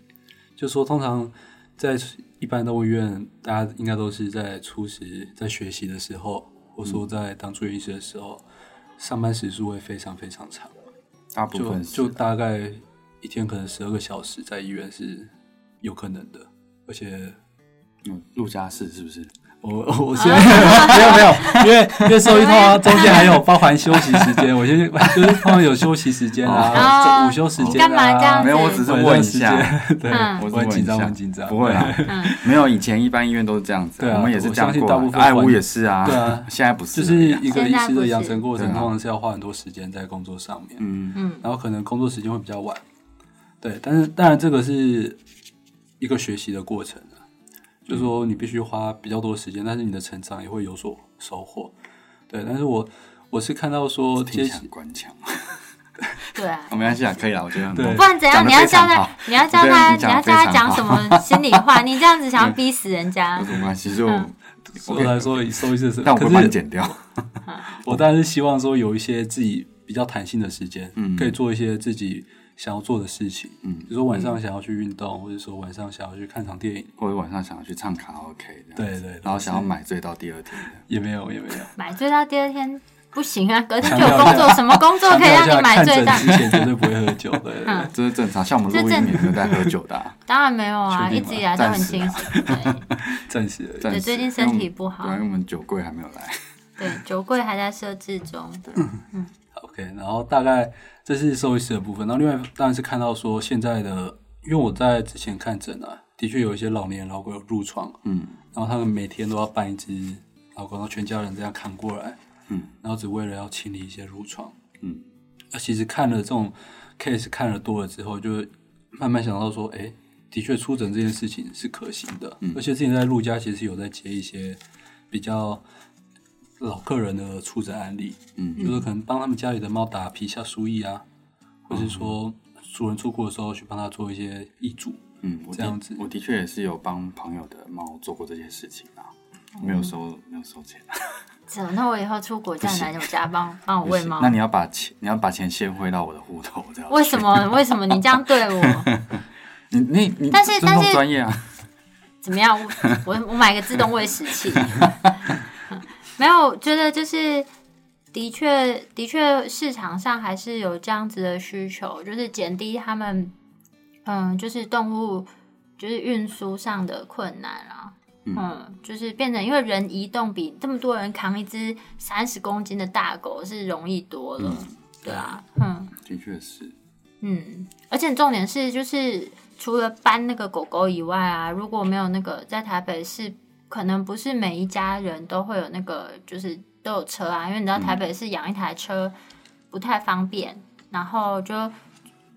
[SPEAKER 3] 就说通常在一般动物医院，大家应该都是在初时在学习的时候，或者说在当住院医师的时候，上班时数会非常非常长，
[SPEAKER 2] 大部
[SPEAKER 3] 就
[SPEAKER 2] 分是
[SPEAKER 3] 就大概一天可能十二个小时在医院是有可能的，而且
[SPEAKER 2] 嗯，陆家市是不是？
[SPEAKER 3] 我 我先没有没有，因 为因为兽医通常中间还有包含休息时间，我先 就是通常有休息时间啊，
[SPEAKER 1] 哦
[SPEAKER 3] 午休时
[SPEAKER 1] 你
[SPEAKER 3] 间
[SPEAKER 1] 干嘛这
[SPEAKER 3] 啊
[SPEAKER 1] 样，
[SPEAKER 2] 没有，我只是问一下，，
[SPEAKER 3] 对，啊
[SPEAKER 1] 嗯
[SPEAKER 2] 我只是
[SPEAKER 3] 我很
[SPEAKER 2] 问一
[SPEAKER 3] 紧张，
[SPEAKER 2] 下
[SPEAKER 3] 我很紧张，
[SPEAKER 2] 不会啦，啊没有，以前一般医院都是这样子啊，
[SPEAKER 3] 啊嗯对啊
[SPEAKER 2] 我们也是
[SPEAKER 3] 我
[SPEAKER 2] 这样
[SPEAKER 3] 相信
[SPEAKER 2] 过
[SPEAKER 3] 大部
[SPEAKER 2] 来的，
[SPEAKER 3] 分
[SPEAKER 2] 爱
[SPEAKER 3] 环
[SPEAKER 2] 屋也是啊，
[SPEAKER 3] 对啊
[SPEAKER 2] 现在不是
[SPEAKER 3] 就
[SPEAKER 2] 了
[SPEAKER 3] 是
[SPEAKER 2] 呀
[SPEAKER 3] 一个医师的养成过
[SPEAKER 2] 现在
[SPEAKER 3] 程，
[SPEAKER 2] 不是
[SPEAKER 3] 通常是要花很多时间在工作上面，
[SPEAKER 2] 啊嗯
[SPEAKER 1] 嗯，
[SPEAKER 3] 然后可能工作时间会比较晚，对，但是当然这个是一个学习的过程啊，
[SPEAKER 2] 嗯
[SPEAKER 3] 就是说你必须花比较多时间，但是你的成长也会有所收获，对，但是我我是看到说
[SPEAKER 2] 听
[SPEAKER 3] 接
[SPEAKER 2] 起来很官腔，
[SPEAKER 1] 对啊。
[SPEAKER 2] 没关系啊，可以啦，我觉得很
[SPEAKER 3] 对
[SPEAKER 1] 不然怎样？
[SPEAKER 2] 讲
[SPEAKER 1] 你
[SPEAKER 2] 得
[SPEAKER 1] 要
[SPEAKER 2] 非
[SPEAKER 1] 教
[SPEAKER 2] 常
[SPEAKER 1] 他
[SPEAKER 2] 好，
[SPEAKER 1] 你要教
[SPEAKER 2] 我觉得
[SPEAKER 1] 他，你要
[SPEAKER 2] 你讲得
[SPEAKER 1] 教他
[SPEAKER 2] 非常
[SPEAKER 1] 讲
[SPEAKER 2] 好
[SPEAKER 1] 什么心里话？你这样子想要逼死人家
[SPEAKER 2] 有，什么关系？就
[SPEAKER 1] 嗯
[SPEAKER 3] 我来说以收益是什么？
[SPEAKER 2] 但我
[SPEAKER 3] 可
[SPEAKER 2] 会把你
[SPEAKER 3] 是
[SPEAKER 2] 剪掉。
[SPEAKER 3] 我当然是希望说有一些自己比较弹性的时间，
[SPEAKER 2] 嗯
[SPEAKER 3] 可以做一些自己想要做的事情，
[SPEAKER 2] 嗯
[SPEAKER 3] 比如说晚上想要去运动，或者说晚上想要去看场电影，
[SPEAKER 2] 或者晚上想要去唱卡拉 OK，这样
[SPEAKER 3] 对对，
[SPEAKER 2] 然后想要买醉到第二天这样
[SPEAKER 3] 也没有也没有。
[SPEAKER 1] 买醉到第二天不行 啊，隔天就
[SPEAKER 3] 强
[SPEAKER 1] 有
[SPEAKER 3] 调
[SPEAKER 1] 工
[SPEAKER 3] 一
[SPEAKER 1] 作，
[SPEAKER 3] 下
[SPEAKER 1] 什么工作可以让你买醉到
[SPEAKER 3] 看？诊之前绝对不会喝酒，对对对
[SPEAKER 1] 嗯
[SPEAKER 2] 这是正常。像我们录
[SPEAKER 1] 这
[SPEAKER 2] 音
[SPEAKER 1] 正
[SPEAKER 2] 也没有在喝酒的 啊，
[SPEAKER 1] 当然没有啊，
[SPEAKER 3] 确
[SPEAKER 1] 一
[SPEAKER 3] 定吗
[SPEAKER 1] 直以来都很
[SPEAKER 2] 暂时
[SPEAKER 1] 清
[SPEAKER 2] 啊
[SPEAKER 1] 醒。对
[SPEAKER 3] 暂时而已。
[SPEAKER 2] 暂时
[SPEAKER 1] 对最近身体不好
[SPEAKER 2] 因为我们对，因为我们酒柜还没有来。
[SPEAKER 1] 对，酒柜还在设置中。
[SPEAKER 3] 嗯 OK，然后大概这是兽医师的部分，然后另外当然是看到说现在的，因为我在之前看诊啊，的确有一些老年老狗有褥疮，
[SPEAKER 2] 嗯，
[SPEAKER 3] 然后他们每天都要搬一只老狗，然后全家人这样扛过来，
[SPEAKER 2] 嗯，
[SPEAKER 3] 然后只为了要清理一些褥疮，
[SPEAKER 2] 嗯，
[SPEAKER 3] 那其实看了这种 case 看了多了之后，就会慢慢想到说，哎，的确出诊这件事情是可行的，
[SPEAKER 2] 嗯
[SPEAKER 3] 而且之前在陆家其实有在接一些比较老客人的出诊案例，
[SPEAKER 2] 嗯，
[SPEAKER 3] 就是可能帮他们家里的猫打皮下输液啊，或是说主人出库的时候去帮他做一些医嘱，
[SPEAKER 2] 嗯，我的
[SPEAKER 3] 这样子
[SPEAKER 2] 我的确也是有帮朋友的猫做过这些事情啊，没
[SPEAKER 1] 嗯
[SPEAKER 2] 有收没有收钱啊。
[SPEAKER 1] 走，那我以后出国再来我家帮帮我
[SPEAKER 2] 不
[SPEAKER 1] 喂
[SPEAKER 2] 行
[SPEAKER 1] 猫
[SPEAKER 2] 那。你要把钱你要把钱先汇到我的户头，这样。
[SPEAKER 1] 为什？么？为什么你这样对我？
[SPEAKER 2] 你你你
[SPEAKER 1] 但是
[SPEAKER 2] 尊
[SPEAKER 1] 但
[SPEAKER 2] 重
[SPEAKER 1] 是
[SPEAKER 2] 专业啊，
[SPEAKER 1] 怎么样？我我我买个自动喂食器。 没有，我觉得就是的确的确市场上还是有这样子的需求，就是减低他们嗯，就是动物就是运输上的困难啊。嗯，就是变成因为人移动比这么多人扛一只三十公斤的大狗是容易多了，对啊，嗯。
[SPEAKER 2] 的确是。
[SPEAKER 1] 嗯，而且重点是，就是除了搬那个狗狗以外啊，如果没有那个在台北市，可能不是每一家人都会有那个，就是都有车啊，因为你知道台北市养一台车不太方便，然后就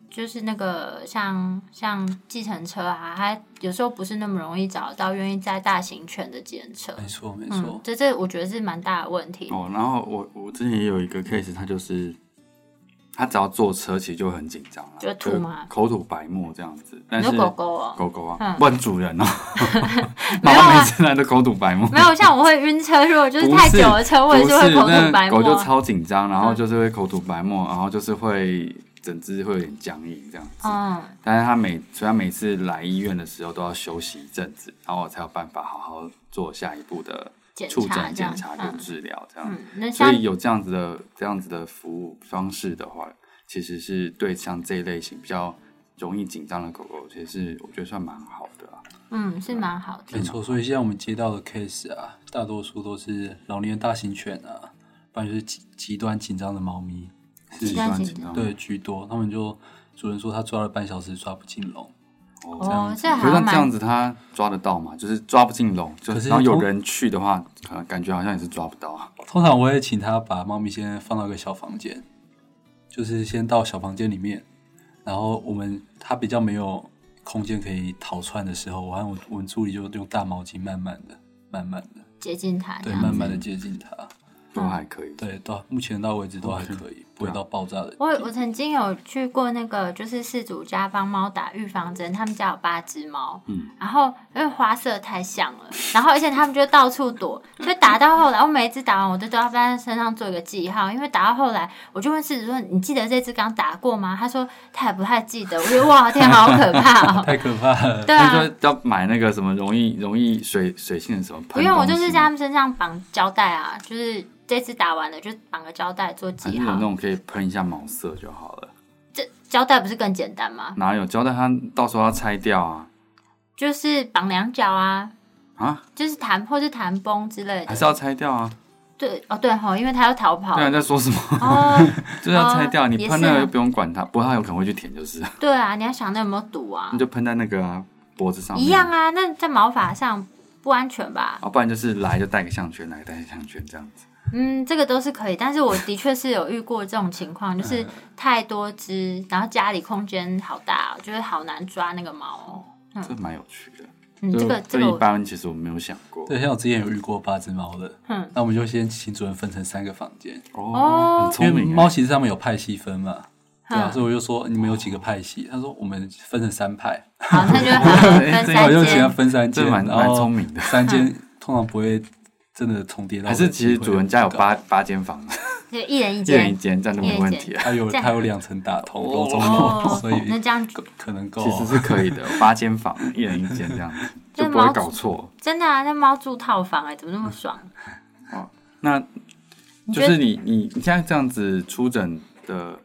[SPEAKER 1] 就是那个像像计程车啊，它有时候不是那么容易找到愿意载大型犬的计程车。
[SPEAKER 3] 没错没错。
[SPEAKER 1] 嗯，这这我觉得是蛮大的问题。
[SPEAKER 2] 哦，然后我我之前也有一个 case，他就是他只要坐车其实就很紧张了，
[SPEAKER 1] 就吐吗
[SPEAKER 2] 口吐白沫这样子，但
[SPEAKER 1] 你
[SPEAKER 2] 是
[SPEAKER 1] 说狗狗哦、
[SPEAKER 2] 狗狗啊
[SPEAKER 1] 嗯，
[SPEAKER 2] 问主人 哦，
[SPEAKER 1] 没有
[SPEAKER 2] 然后
[SPEAKER 1] 啊
[SPEAKER 2] 每次来都口吐白沫，
[SPEAKER 1] 没有像我会晕车，如果就是太久的车，我也
[SPEAKER 2] 不是
[SPEAKER 1] 会口
[SPEAKER 2] 那
[SPEAKER 1] 吐白沫嗯啊。
[SPEAKER 2] 狗就超紧张，然后就是会口吐白沫，然后就是会整只会有点僵硬这样子。
[SPEAKER 1] 嗯，
[SPEAKER 2] 但是他每所以他每次来医院的时候都要休息一阵子，然后我才有办法好好做下一步的
[SPEAKER 1] 检
[SPEAKER 2] 触
[SPEAKER 1] 查
[SPEAKER 2] 诊
[SPEAKER 1] 这样
[SPEAKER 2] 检查跟治疗这样子
[SPEAKER 1] 嗯，那
[SPEAKER 2] 所
[SPEAKER 1] 像
[SPEAKER 2] 以有这样子的这样子的服务方式的话，其实是对像这一类型比较容易紧张的狗狗，其实是我觉得算蛮好的啊。
[SPEAKER 1] 嗯是蛮好的
[SPEAKER 3] 没，错，所以现在我们接到的 case 啊，大多数都是老年大型犬啊，不然就是极极端紧张的猫咪，
[SPEAKER 2] 极端紧张，
[SPEAKER 3] 对居多。他们就主人说他抓了半小时抓不进笼，
[SPEAKER 1] 哦，这
[SPEAKER 2] 可
[SPEAKER 1] 还
[SPEAKER 2] 是那这样
[SPEAKER 1] 啊蛮
[SPEAKER 2] 子他抓得到吗？就是抓不进笼，就
[SPEAKER 3] 可是
[SPEAKER 2] 然后有
[SPEAKER 3] 通
[SPEAKER 2] 人去的话，可能感觉好像也是抓不到啊。
[SPEAKER 3] 通常我会请他把猫咪先放到一个小房间，就是先到小房间里面，然后我们它比较没有空间可以逃窜的时候，我和我我们助理就用大毛巾慢慢的、慢慢的、
[SPEAKER 1] 接近它这
[SPEAKER 3] 对，
[SPEAKER 1] 样。
[SPEAKER 3] 慢慢的接近它。
[SPEAKER 2] 都
[SPEAKER 1] 嗯
[SPEAKER 2] 还可以。
[SPEAKER 3] 对，到目前到为止都还可以，不会到爆炸的。
[SPEAKER 1] 我我曾经有去过那个，就是饲主家帮猫打预防针，他们家有八只猫，
[SPEAKER 2] 嗯
[SPEAKER 1] 然后因为花色太像了，然后而且他们就到处躲，所以打到后来，我每一只打完我都都要在身上做一个记号，因为打到后来，我就问饲主说：“你记得这只刚打过吗？”他说他也不太记得，我觉得哇天好可怕哦，
[SPEAKER 3] 太可怕了！
[SPEAKER 1] 对
[SPEAKER 2] 那
[SPEAKER 1] 啊。
[SPEAKER 2] 就要买那个什么容易容易水水性的什么
[SPEAKER 1] 不
[SPEAKER 2] 喷东西吗？
[SPEAKER 1] 用，我就是在他们身上绑胶带啊，就是这次打完了就绑个胶带做
[SPEAKER 2] 还是
[SPEAKER 1] 记
[SPEAKER 2] 有
[SPEAKER 1] 号
[SPEAKER 2] 那。种可以喷一下毛色就好了。
[SPEAKER 1] 这胶带不是更简单吗？
[SPEAKER 2] 哪有胶带？它到时候要拆掉啊
[SPEAKER 1] 就是绑两脚啊，
[SPEAKER 2] 啊，
[SPEAKER 1] 就是弹或是弹崩之类
[SPEAKER 2] 还
[SPEAKER 1] 的。
[SPEAKER 2] 是要拆掉啊？
[SPEAKER 1] 对哦，对吼，因为他要逃跑
[SPEAKER 2] 对。啊，你在说什么？
[SPEAKER 1] 哦，
[SPEAKER 2] 就是要拆掉，
[SPEAKER 1] 哦
[SPEAKER 2] 你喷那
[SPEAKER 1] 也
[SPEAKER 2] 个
[SPEAKER 1] 是啊
[SPEAKER 2] 又不用管它，不过它有可能会去舔，就是了
[SPEAKER 1] 对啊，你要想那有没有毒啊
[SPEAKER 2] 你？就喷在那个啊脖子上面
[SPEAKER 1] 一样啊，那在毛发上不安全吧？
[SPEAKER 2] 啊，不然就是来就带个项圈，来带个项圈这样子。
[SPEAKER 1] 嗯，这个都是可以，但是我的确是有遇过这种情况，就是
[SPEAKER 2] 嗯
[SPEAKER 1] 太多只，然后家里空间好大、哦，就是好难抓那个毛哦。
[SPEAKER 2] 这蛮有趣的。
[SPEAKER 1] 嗯，这个这
[SPEAKER 2] 这
[SPEAKER 1] 个
[SPEAKER 2] 一
[SPEAKER 1] 我，
[SPEAKER 2] 般其实我没有想过。
[SPEAKER 3] 对，像我之前有遇过八只猫的，
[SPEAKER 1] 嗯，
[SPEAKER 3] 那我们就先请主人分成三个房间，
[SPEAKER 2] 哦，很
[SPEAKER 3] 因
[SPEAKER 2] 聪
[SPEAKER 3] 为
[SPEAKER 2] 明欸。
[SPEAKER 3] 猫其实上面有派系分嘛，对啊，
[SPEAKER 1] 嗯
[SPEAKER 3] 所以我就说你们有几个派系？他说我们分成三派，
[SPEAKER 1] 好，那就好分
[SPEAKER 2] 这
[SPEAKER 3] 我
[SPEAKER 1] 三
[SPEAKER 3] 就请他
[SPEAKER 1] 间。
[SPEAKER 3] 分三间，
[SPEAKER 2] 这蛮
[SPEAKER 3] 然后
[SPEAKER 2] 蛮聪明的
[SPEAKER 3] 三间通常不会真的重叠到。
[SPEAKER 2] 还是其实主人家有，八八间房，
[SPEAKER 1] 就一人一
[SPEAKER 2] 一人一
[SPEAKER 1] 间
[SPEAKER 2] 间，这样就没问题了。
[SPEAKER 3] 他有
[SPEAKER 1] 这样
[SPEAKER 3] 他有两层打通
[SPEAKER 2] 哦
[SPEAKER 3] 楼中楼，
[SPEAKER 1] 哦
[SPEAKER 3] 所，
[SPEAKER 1] 那
[SPEAKER 3] 以
[SPEAKER 1] 这样
[SPEAKER 3] 可可能够哦
[SPEAKER 2] 其。实是可以的，八间房，一人一间这样子，就不会搞错。
[SPEAKER 1] 真的啊，那猫住套房哎、怎么那么爽？
[SPEAKER 2] 那就
[SPEAKER 1] 觉得
[SPEAKER 2] 是你你你现在这样子出诊的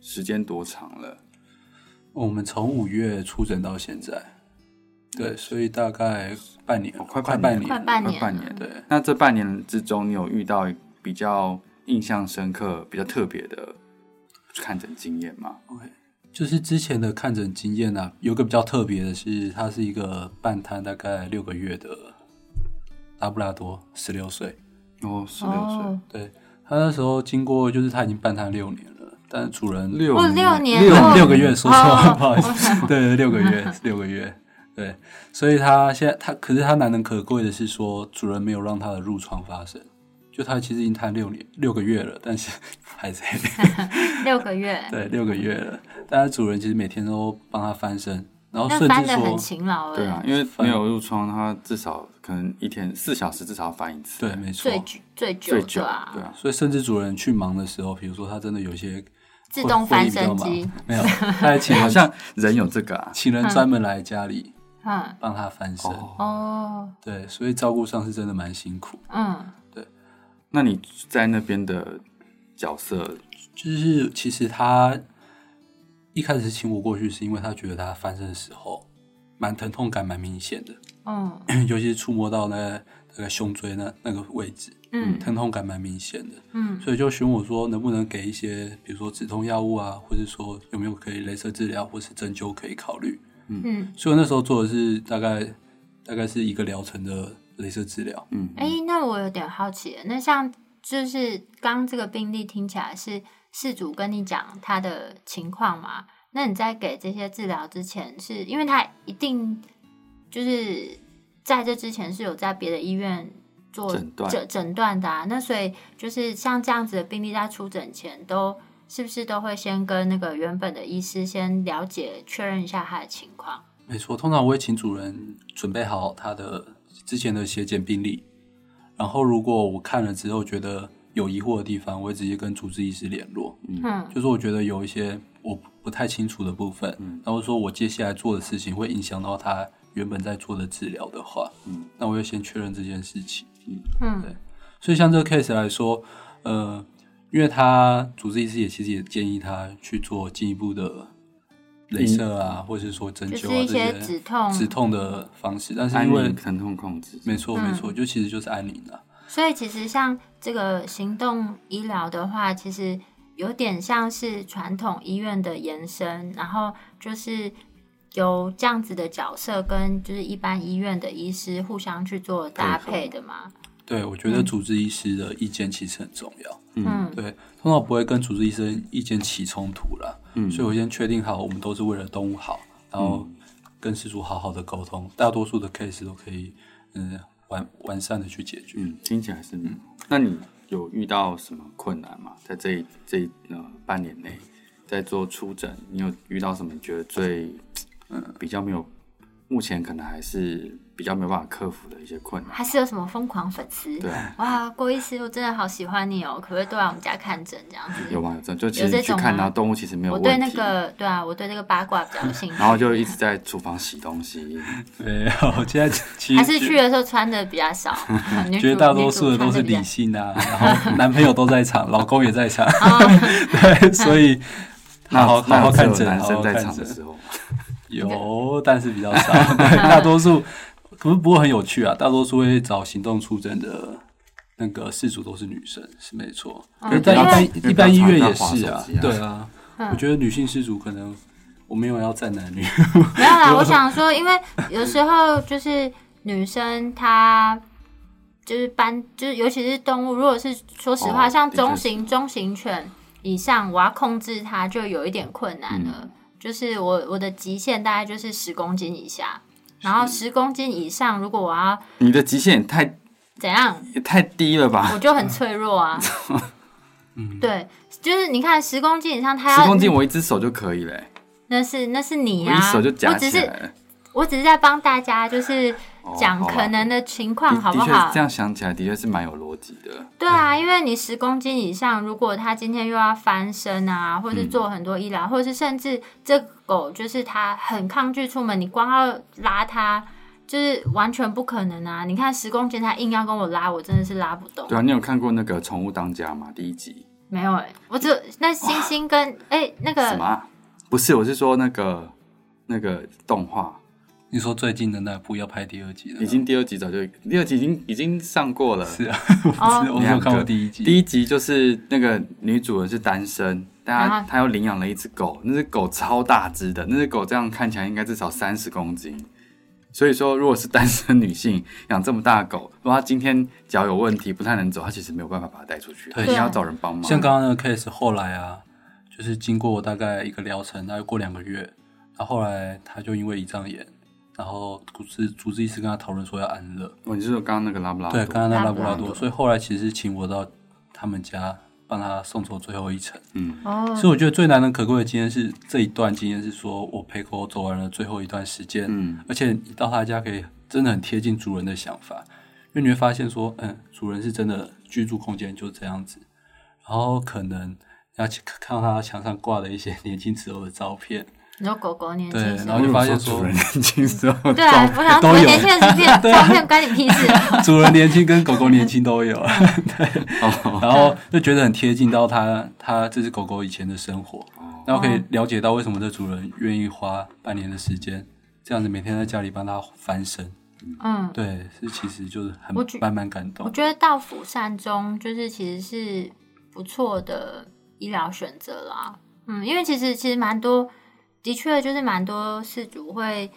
[SPEAKER 2] 时间多长了？
[SPEAKER 3] 我们从五月出诊到现在，对，所以大概半年，
[SPEAKER 2] 嗯哦快
[SPEAKER 3] 快
[SPEAKER 2] 半
[SPEAKER 3] 半
[SPEAKER 2] 年
[SPEAKER 1] 快半年了，
[SPEAKER 2] 快半年
[SPEAKER 3] 对，
[SPEAKER 2] 那这半年之中，你有遇到比较印象深刻、比较特别的看诊经验吗？
[SPEAKER 3] 就是之前的看诊经验啊，有一个比较特别的是，它是一个半瘫大概六个月的拉布拉多，十六岁，
[SPEAKER 2] 哦，十六岁，
[SPEAKER 1] 哦，
[SPEAKER 3] 对他那时候经过，就是他已经半瘫六年了，但主人
[SPEAKER 2] 六
[SPEAKER 1] 哦六年
[SPEAKER 2] 六
[SPEAKER 1] 哦
[SPEAKER 3] 六个月说错了，
[SPEAKER 1] 哦
[SPEAKER 3] 不好意思，对，六 个月，六个月，对，所以他现在他，可是他难能可贵的是说，主人没有让他的褥疮发生，就他其实已经瘫六年六个月了，但是 还在
[SPEAKER 1] 六个月，
[SPEAKER 3] 对六个月了，但他主人其实每天都帮他翻身，然后
[SPEAKER 1] 那
[SPEAKER 3] 甚
[SPEAKER 1] 翻
[SPEAKER 3] 至
[SPEAKER 1] 的很
[SPEAKER 3] 说。
[SPEAKER 1] 勤劳哎、
[SPEAKER 2] 对啊，因为没有褥疮，它至少可能一天四小时至少要翻一次，
[SPEAKER 3] 对，没错
[SPEAKER 1] 最。久最久
[SPEAKER 2] 最久，
[SPEAKER 1] 对啊，
[SPEAKER 2] 对啊，
[SPEAKER 3] 所以甚至主人去忙的时候，比如说他真的有一些
[SPEAKER 1] 自动翻身
[SPEAKER 3] 会议比
[SPEAKER 1] 机
[SPEAKER 3] 较，忙，没有，他还请
[SPEAKER 2] 好
[SPEAKER 3] 人
[SPEAKER 2] 像人有这个啊，
[SPEAKER 3] 请人专门来家里
[SPEAKER 1] 嗯，
[SPEAKER 3] 帮他翻身，
[SPEAKER 2] 哦
[SPEAKER 1] 哦，
[SPEAKER 3] 对，所以照顾上是真的蛮辛苦。
[SPEAKER 1] 嗯，
[SPEAKER 2] 那你在那边的角色，
[SPEAKER 3] 就是其实他一开始请我过去，是因为他觉得他翻身的时候蛮疼痛感蛮明显的，
[SPEAKER 1] 嗯，
[SPEAKER 3] 尤其是触摸到那个那个胸椎那那个位置，
[SPEAKER 1] 嗯
[SPEAKER 3] 疼痛感蛮明显的，
[SPEAKER 1] 嗯，
[SPEAKER 3] 所以就询我说能不能给一些，比如说止痛药物啊，或者说有没有可以镭射治疗或是针灸可以考虑。
[SPEAKER 1] 嗯，
[SPEAKER 3] 所以我那时候做的是大概大概是一个疗程的镭射治疗，
[SPEAKER 2] 嗯，
[SPEAKER 1] 哎、那我有点好奇，那像就是刚这个病例听起来是事主跟你讲他的情况嘛？那你在给这些治疗之前是，因为他一定就是在这之前是有在别的医院做
[SPEAKER 2] 诊断
[SPEAKER 1] 诊诊断的、啊，那所以就是像这样子的病例，在出诊前都是不是都会先跟那个原本的医师先了解确认一下他的情况？
[SPEAKER 3] 没错，通常我会请主人准备好他的之前的血检病历，然后如果我看了之后觉得有疑惑的地方，我会直接跟主治医师联络，
[SPEAKER 1] 嗯
[SPEAKER 3] 就是我觉得有一些我不不太清楚的部分，然后说我接下来做的事情会影响到他原本在做的治疗的话，
[SPEAKER 2] 嗯
[SPEAKER 3] 那我会先确认这件事情。
[SPEAKER 1] 嗯
[SPEAKER 3] 对所以像这个 case 来说，呃，因为他主治医师也其实也建议他去做进一步的镭射啊，或者是说针
[SPEAKER 1] 就是
[SPEAKER 3] 灸
[SPEAKER 1] 一
[SPEAKER 3] 啊
[SPEAKER 1] 些
[SPEAKER 3] 这
[SPEAKER 1] 止痛
[SPEAKER 3] 止痛的方式，但是
[SPEAKER 2] 安
[SPEAKER 3] 因为
[SPEAKER 2] 宁疼痛控制，
[SPEAKER 1] 嗯
[SPEAKER 3] 没错没错，就其实就是安宁啊。
[SPEAKER 1] 所以其实像这个行动医疗的话，其实有点像是传统医院的延伸，然后就是由这样子的角色跟就是一般医院的医师互相去做搭配的嘛。
[SPEAKER 3] 对，我觉得主治医师的意见其实很重要。
[SPEAKER 1] 嗯
[SPEAKER 3] 对，通常不会跟主治医生意见起冲突啦。
[SPEAKER 2] 嗯
[SPEAKER 3] 所以我先确定好，我们都是为了动物好，然后跟失主好好的沟通，大多数的 case 都可以，嗯，完完善的去解决。
[SPEAKER 2] 嗯，听起来是。那你有遇到什么困难吗？在这一这一呃半年内，在做出诊，你有遇到什么你觉得最嗯比较没有，目前可能还是比较没有办法克服的一些困难？
[SPEAKER 1] 还是有什么疯狂粉丝？
[SPEAKER 2] 对啊，
[SPEAKER 1] 哇，郭医师，我真的好喜欢你哦，可不可以都来我们家看诊这样子？
[SPEAKER 2] 有吗？有这就其
[SPEAKER 1] 有
[SPEAKER 2] 实
[SPEAKER 1] 这
[SPEAKER 2] 你去
[SPEAKER 1] 种
[SPEAKER 2] 看
[SPEAKER 1] 吗
[SPEAKER 2] 到动物其实没有
[SPEAKER 1] 我
[SPEAKER 2] 问
[SPEAKER 1] 对
[SPEAKER 2] 题，
[SPEAKER 1] 那个对啊，我对那个八卦比较有兴趣。
[SPEAKER 2] 然后就一直在厨房洗东西，
[SPEAKER 3] 没有，现在其实
[SPEAKER 1] 还是去的时候穿的比较少， 女主
[SPEAKER 3] 绝大多数的都是
[SPEAKER 1] 女主穿得比较哦
[SPEAKER 3] 理性啊，然 后男朋友都在场，老公也在场， 对，所以
[SPEAKER 2] 那
[SPEAKER 3] 好好
[SPEAKER 2] 那
[SPEAKER 3] 好
[SPEAKER 2] 有
[SPEAKER 3] 看
[SPEAKER 2] 只有
[SPEAKER 3] 诊，
[SPEAKER 2] 男
[SPEAKER 3] 好好
[SPEAKER 2] 生在
[SPEAKER 3] 看
[SPEAKER 2] 场的
[SPEAKER 3] 诊
[SPEAKER 2] 时候，
[SPEAKER 3] 有，但是比 较少，对，大多数可是不过很有趣啊，大多数会找行动出诊的。那个事主都是女生，是没错。
[SPEAKER 1] 嗯
[SPEAKER 3] 但一般
[SPEAKER 2] 因为
[SPEAKER 3] 一般医院也
[SPEAKER 2] 因为比嗯
[SPEAKER 3] 是
[SPEAKER 2] 较常在滑
[SPEAKER 3] 啊
[SPEAKER 2] 手机啊，
[SPEAKER 3] 对啊。我觉得女性事主可能我没有要站男女，
[SPEAKER 1] 没有 啦，我想说，因为有时候就是女生她就是搬，就是尤其是动物，如果是说实话，
[SPEAKER 2] 哦
[SPEAKER 1] 像
[SPEAKER 2] 的确是
[SPEAKER 1] 中型中型犬以上，我要控制它就有一点困难了。
[SPEAKER 2] 嗯
[SPEAKER 1] 就是我我的极限大概就是十公斤以下，然后十公斤以上，如果我要
[SPEAKER 2] 你的极限也太
[SPEAKER 1] 怎样，
[SPEAKER 2] 也太低了吧？
[SPEAKER 1] 我就很脆弱啊。对，就是你看十公斤以上，它要
[SPEAKER 2] 嗯十公斤，我一只手就可以了欸、
[SPEAKER 1] 那是那是你
[SPEAKER 2] 我一
[SPEAKER 1] 啊，
[SPEAKER 2] 手就
[SPEAKER 1] 我
[SPEAKER 2] 夹
[SPEAKER 1] 只
[SPEAKER 2] 起来
[SPEAKER 1] 是
[SPEAKER 2] 了。
[SPEAKER 1] 我只是在帮大家就是
[SPEAKER 2] 哦
[SPEAKER 1] 讲
[SPEAKER 2] 好吧
[SPEAKER 1] 可能的情况，
[SPEAKER 2] 的
[SPEAKER 1] 好不
[SPEAKER 2] 的确
[SPEAKER 1] 好
[SPEAKER 2] 是这？样想起来的确是蛮有逻辑的。
[SPEAKER 1] 对啊，因为你十公斤以上，如果它今天又要翻身
[SPEAKER 2] 嗯
[SPEAKER 1] 啊，或是做很多医疗，或是甚至这个狗就是它很抗拒出门，你光要拉它，就是完全不可能啊！你看十公斤，它硬要跟我拉，我真的是拉不动。
[SPEAKER 2] 对啊，你有看过那个《宠物当家》吗？第一集
[SPEAKER 1] 没有哎、我只有那星星跟哎、那
[SPEAKER 2] 什
[SPEAKER 1] 个
[SPEAKER 2] 么啊、不是，我是说那个那个动画，
[SPEAKER 3] 你说最近的那部要拍第二季了吗，
[SPEAKER 2] 已经第二集早就第二集已经已经上过了。
[SPEAKER 3] 是啊， 我只我只有
[SPEAKER 2] 两
[SPEAKER 3] 看过
[SPEAKER 2] 个
[SPEAKER 3] 第一集，
[SPEAKER 2] 第一集就是那个女主人是单身，但
[SPEAKER 1] 然
[SPEAKER 2] 她
[SPEAKER 1] 后
[SPEAKER 2] 她又领养了一只狗，那只狗超大只的，那只狗这样看起来应该至少三十公斤。所以说，如果是单身女性养这么大的狗，如果她今天脚有问题不太能走，她其实没有办法把它带出去，她
[SPEAKER 3] 对
[SPEAKER 2] 一定要找人帮忙。
[SPEAKER 3] 像刚刚那个 case，后来啊，就是经过大概一个疗程，大概过两个月，然后后来他就因为胰脏炎，然后主治主治医师跟他讨论说要安乐，
[SPEAKER 2] 我哦就是刚刚那个拉布拉多，
[SPEAKER 3] 对，刚刚那拉布
[SPEAKER 1] 拉
[SPEAKER 3] 拉
[SPEAKER 1] 布
[SPEAKER 3] 多，所以后来其实请我到他们家帮他送走最后一程。
[SPEAKER 2] 嗯，
[SPEAKER 1] 哦，
[SPEAKER 3] 所以我觉得最难能可贵的经验是这一段经验是说我陪狗走完了最后一段时间，
[SPEAKER 2] 嗯，
[SPEAKER 3] 而且你到他家可以真的很贴近主人的想法，因为你会发现说，嗯，主人是真的居住空间就这样子，然后可能要去看到他墙上挂的一些年轻时候的照片，
[SPEAKER 1] 你说狗狗年
[SPEAKER 3] 对
[SPEAKER 1] 轻时
[SPEAKER 3] 然
[SPEAKER 1] 候
[SPEAKER 3] 后。就发现说
[SPEAKER 2] 主人年轻时候
[SPEAKER 1] 对啊，我想
[SPEAKER 3] 都
[SPEAKER 1] 说
[SPEAKER 3] 有
[SPEAKER 1] 年轻人是 片照片关你屁事啊！
[SPEAKER 3] 主人年轻跟狗狗年轻都有，
[SPEAKER 2] 哦，
[SPEAKER 3] 然后就觉得很贴近到他他这只狗狗以前的生活，
[SPEAKER 2] 哦
[SPEAKER 3] 然后可以了解到为什么这主人愿意花半年的时间。这样子每天在家里帮它翻身，
[SPEAKER 1] 嗯，
[SPEAKER 3] 对，是其实就是很
[SPEAKER 1] 我觉
[SPEAKER 3] 慢慢感动
[SPEAKER 1] 我。觉得到府善终就是其实是不错的医疗选择啦。嗯，因为其实其实蛮多，的确就是蛮多事主会，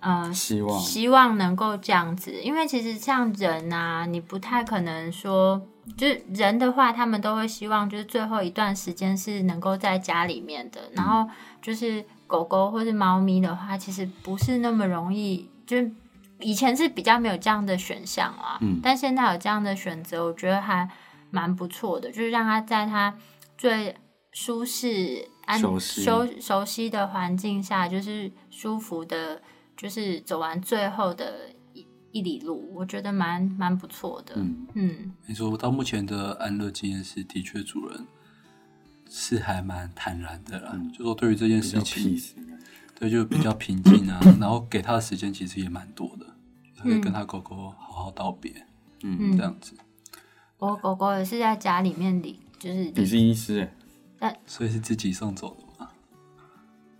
[SPEAKER 1] 呃，
[SPEAKER 2] 希望
[SPEAKER 1] 希望能够这样子，因为其实像人啊，你不太可能说，就是人的话，他们都会希望就是最后一段时间是能够在家里面的，然
[SPEAKER 2] 嗯
[SPEAKER 1] 后就是狗狗或是猫咪的话，其实不是那么容易，就是以前是比较没有这样的选项啊，
[SPEAKER 2] 嗯
[SPEAKER 1] 但现在有这样的选择，我觉得还蛮不错的，就是让它在它最舒适、安
[SPEAKER 2] 熟悉
[SPEAKER 1] 熟熟悉的环境下，就是舒服的，就是走完最后的一一里路，我觉得蛮蛮不错的。
[SPEAKER 2] 嗯，
[SPEAKER 1] 嗯，
[SPEAKER 3] 没错，我到目前的安乐经验是，的确主人是还蛮坦然的啦，就说对于这件
[SPEAKER 2] 嗯比
[SPEAKER 3] 事
[SPEAKER 2] 较
[SPEAKER 3] 情，
[SPEAKER 2] peace，
[SPEAKER 3] 对，就比较平静 啊，然后给他的时间其实也蛮多的，他可以跟他狗狗好好道别，
[SPEAKER 2] 嗯
[SPEAKER 3] 这样子，
[SPEAKER 1] 我狗狗也是在家里面理，就是
[SPEAKER 2] 你是医师欸，
[SPEAKER 3] 所以是自己送走的嘛。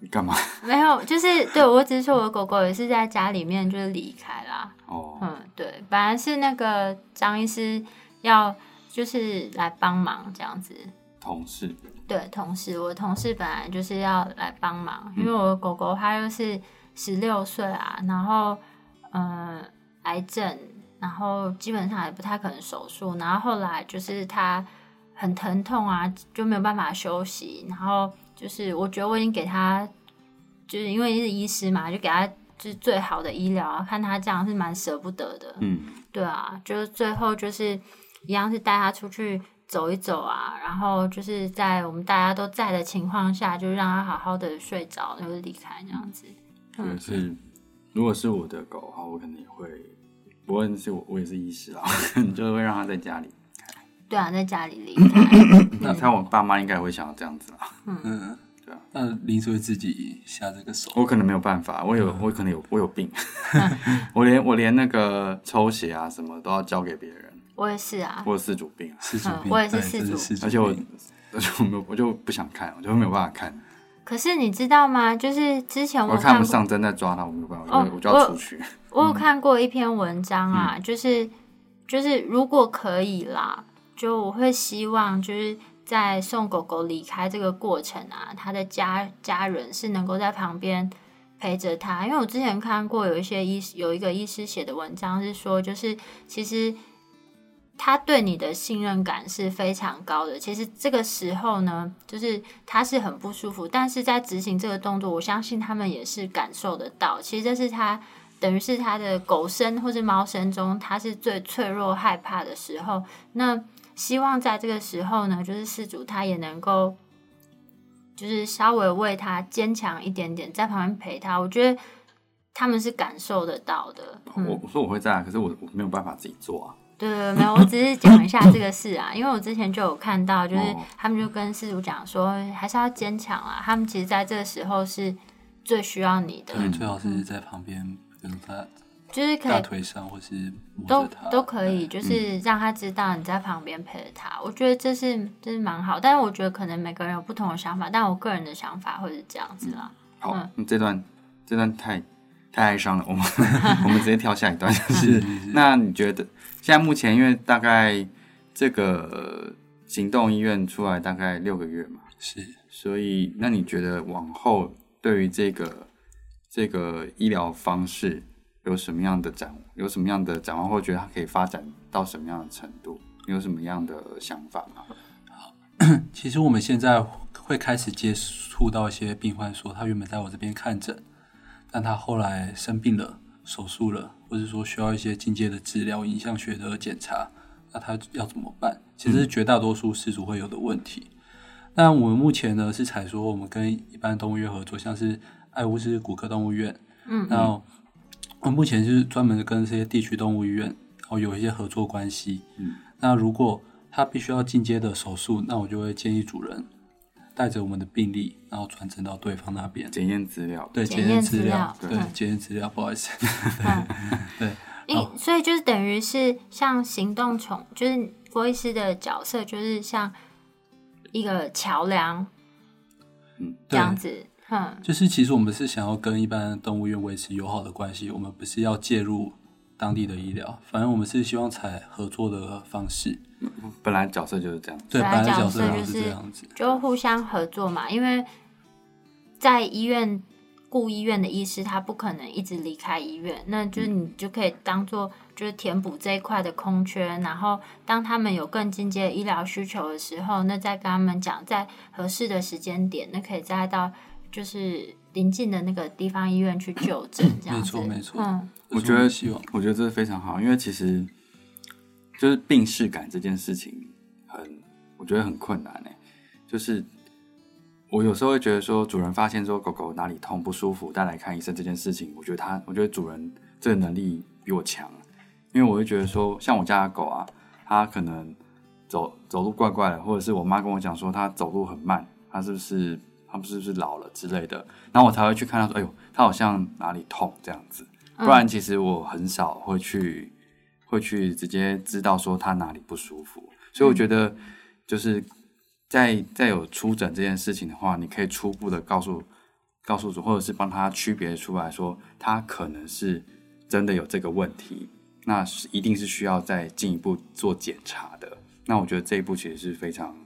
[SPEAKER 2] 你干嘛？
[SPEAKER 1] 没有，就是对我只是说我的狗狗也是在家里面就是离开啦。
[SPEAKER 2] 哦，
[SPEAKER 1] 嗯，对，本来是那个张医师要就是来帮忙这样子。
[SPEAKER 2] 同事，
[SPEAKER 1] 对，同事，我同事本来就是要来帮忙，因为我的狗狗它又是十六岁啊，然后嗯、呃癌症，然后基本上也不太可能手术，然后后来就是它很疼痛啊，就没有办法休息，然后就是我觉得我已经给它，就是因为是医师嘛，就给它就是最好的医疗啊，看它这样是蛮舍不得的，
[SPEAKER 2] 嗯，
[SPEAKER 1] 对啊，就是最后就是一样是带他出去走一走啊，然后就是在我们大家都在的情况下，就让他好好的睡着，就是离开这样子。嗯
[SPEAKER 2] 也是。如果是我的狗的话，我可能也会，不论是我，我也是医师啊， 就会让它在家里。
[SPEAKER 1] 对啊，在家里离开，
[SPEAKER 2] 那像我爸妈应该也会想要这样子啊。
[SPEAKER 3] 嗯，
[SPEAKER 2] 对啊。
[SPEAKER 3] 那林是会自己下这个手，
[SPEAKER 2] 我可能没有办法，我
[SPEAKER 1] 嗯
[SPEAKER 2] 有，我可能有，我有病， 我连我连那个抽血啊什么都要交给别人，
[SPEAKER 1] 我也是啊，
[SPEAKER 2] 我有四主病啊，
[SPEAKER 3] 四主
[SPEAKER 1] 嗯
[SPEAKER 3] 病，
[SPEAKER 1] 我也是
[SPEAKER 3] 对
[SPEAKER 1] 四
[SPEAKER 3] 真的
[SPEAKER 1] 组
[SPEAKER 3] 是主
[SPEAKER 2] 而且我
[SPEAKER 3] 病，
[SPEAKER 2] 而且我没有，我就不想看，我就没有办法看，
[SPEAKER 1] 可是你知道吗？就是之前
[SPEAKER 2] 我
[SPEAKER 1] 有哦
[SPEAKER 2] 看
[SPEAKER 1] 看
[SPEAKER 2] 不
[SPEAKER 1] 过，
[SPEAKER 2] 上针在抓它，我没有办法，
[SPEAKER 1] 哦
[SPEAKER 2] 我就我就要出去。
[SPEAKER 1] 我有看过一篇文章啊，就是就是如果可以啦，就我会希望就是在送狗狗离开这个过程啊，他的家家人是能够在旁边陪着他，因为我之前看过有一些医有一个医师写的文章是说，就是其实他对你的信任感是非常高的。其实这个时候呢，就是他是很不舒服，但是在执行这个动作，我相信他们也是感受得到。其实这是他等于是他的狗生或是猫生中，他是最脆弱、害怕的时候。那希望在这个时候呢，就是事主他也能够。就是稍微为他坚强一点点，在旁边陪他，我觉得他们是感受得到的。嗯、
[SPEAKER 2] 我我说我会在啊，可是我我没有办法自己做啊。
[SPEAKER 1] 对对，对没有，我只是讲一下这个事啊，因为我之前就有看到，就是
[SPEAKER 2] 哦
[SPEAKER 1] 他们就跟事主讲说，还是要坚强啊。他们其实在这个时候是最需要你的，
[SPEAKER 3] 对，
[SPEAKER 2] 嗯
[SPEAKER 3] 最好是在旁边，比如他
[SPEAKER 1] 就是可
[SPEAKER 3] 大
[SPEAKER 1] 以
[SPEAKER 3] 腿上，或是摸
[SPEAKER 1] 都
[SPEAKER 3] 着他，嗯
[SPEAKER 1] 都可以，就是让他知道你在旁边陪着他。我觉得这是这是蛮好，但是我觉得可能每个人有不同的想法，但我个人的想法会是这样子啦。
[SPEAKER 2] 好
[SPEAKER 1] 嗯，
[SPEAKER 2] 嗯、这段这段太太哀伤了，我们我们直接跳下一段。就是
[SPEAKER 3] 是是是
[SPEAKER 2] 那你觉得现在目前因为大概这个行动医院出来大概六个月嘛，
[SPEAKER 3] 是
[SPEAKER 2] 所以那你觉得往后对于这个这个医疗方式有什么样的展有什么样的展望，或觉得它可以发展到什么样的程度？你有什么样的想法吗？
[SPEAKER 3] 其实我们现在会开始接触到一些病患，说他原本在我这边看诊，但他后来生病了、手术了，或者说需要一些进阶的治疗、影像学的检查，那他要怎么办？其
[SPEAKER 1] 嗯
[SPEAKER 3] 实是绝大多数事主会有的问题。那我们目前呢是采说我们跟一般动物园合作，像是爱乌斯骨科动物园，
[SPEAKER 1] 嗯，
[SPEAKER 3] 那我们目前是专门跟这些地区动物医院，然后有一些合作关系，
[SPEAKER 2] 嗯，
[SPEAKER 3] 那如果他必须要进阶的手术，那我就会建议主人带着我们的病例，然后转诊到对方那边。
[SPEAKER 2] 检验资料，
[SPEAKER 3] 对，
[SPEAKER 1] 检
[SPEAKER 3] 检
[SPEAKER 1] 验
[SPEAKER 3] 验
[SPEAKER 1] 资
[SPEAKER 3] 资料，
[SPEAKER 1] 料
[SPEAKER 3] 对
[SPEAKER 1] 嗯，
[SPEAKER 3] 检验资料，不好 意思，
[SPEAKER 1] 嗯，
[SPEAKER 3] 对，哦
[SPEAKER 1] 因、所以就是等于是像行动宠，就是郭医师的角色，就是像一个桥梁这
[SPEAKER 3] 对，
[SPEAKER 1] 样子。哼，
[SPEAKER 3] 就是其实我们是想要跟一般动物园维持友好的关系，我们不是要介入当地的医疗，反正我们是希望采合作的方式。
[SPEAKER 2] 本来角色就是这样。
[SPEAKER 3] 对，
[SPEAKER 1] 本
[SPEAKER 3] 本
[SPEAKER 1] 来
[SPEAKER 3] 来
[SPEAKER 1] 角
[SPEAKER 3] 角
[SPEAKER 1] 色
[SPEAKER 3] 色
[SPEAKER 1] 就
[SPEAKER 3] 就是是这样子，
[SPEAKER 1] 就互相合作嘛，因为在医院雇医院的医师，他不可能一直离开医院，那就是
[SPEAKER 3] 嗯
[SPEAKER 1] 你就可以当做就是填补这一块的空缺，然后当他们有更进阶的医疗需求的时候，那再跟他们讲，在合适的时间点，那可以再到就是临近的那个地方医院去就诊，这样子，
[SPEAKER 3] 没错没错
[SPEAKER 1] 嗯，
[SPEAKER 2] 我觉
[SPEAKER 3] 这是
[SPEAKER 2] 得
[SPEAKER 3] 们希望
[SPEAKER 2] 我觉得这是非常好，因为其实就是病视感这件事情很，我觉得很困难呢。欸就是我有时候会觉得说，主人发现说狗狗哪里痛不舒服带来看医生这件事情，我觉得他，我觉得主人这个能力比我强，因为我会觉得说，像我家的狗啊，它可能走走路怪怪的，或者是我妈跟我讲说它走路很慢，它是不是它是不是老了之类的，然后我才会去看它说，哎呦，它好像哪里痛这样子。不然其实我很少会去会去直接知道说他哪里不舒服，所以我觉得就是在在有出诊这件事情的话，你可以初步的告诉告诉主，或者是帮他区别出来说他可能是真的有这个问题，那是一定是需要再进一步做检查的。那我觉得这一步其实是非常，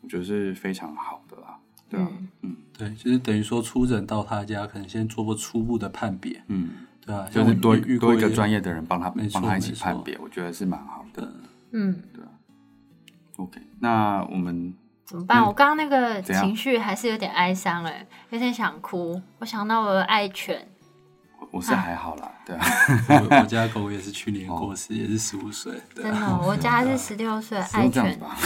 [SPEAKER 2] 我觉得是非常好的啦。对啊，
[SPEAKER 1] 嗯
[SPEAKER 3] 对，就是等于说出诊到他家，可能先做过初步的判别，
[SPEAKER 2] 嗯，
[SPEAKER 3] 对啊，
[SPEAKER 2] 就是多
[SPEAKER 3] 遇
[SPEAKER 2] 多一个专
[SPEAKER 3] 业，
[SPEAKER 2] 业的人帮他
[SPEAKER 3] 没错
[SPEAKER 2] 帮他一起
[SPEAKER 3] 没错
[SPEAKER 2] 判别，我觉得是蛮好的。
[SPEAKER 1] 嗯，
[SPEAKER 2] OK，那我们
[SPEAKER 1] 怎么办？我刚刚那个
[SPEAKER 2] 嗯怎样
[SPEAKER 1] 情绪还是有点哀伤哎、有点想哭。我想到我的爱犬，
[SPEAKER 2] 我我是还好啦，对啊，
[SPEAKER 3] 我我家狗也是去年过
[SPEAKER 2] 哦
[SPEAKER 3] 世，也是十五岁，对
[SPEAKER 1] 真
[SPEAKER 3] 啊，
[SPEAKER 1] 的，我家 是十六岁的
[SPEAKER 2] 不
[SPEAKER 1] 爱
[SPEAKER 2] 用这样子
[SPEAKER 1] 犬，
[SPEAKER 2] 吧？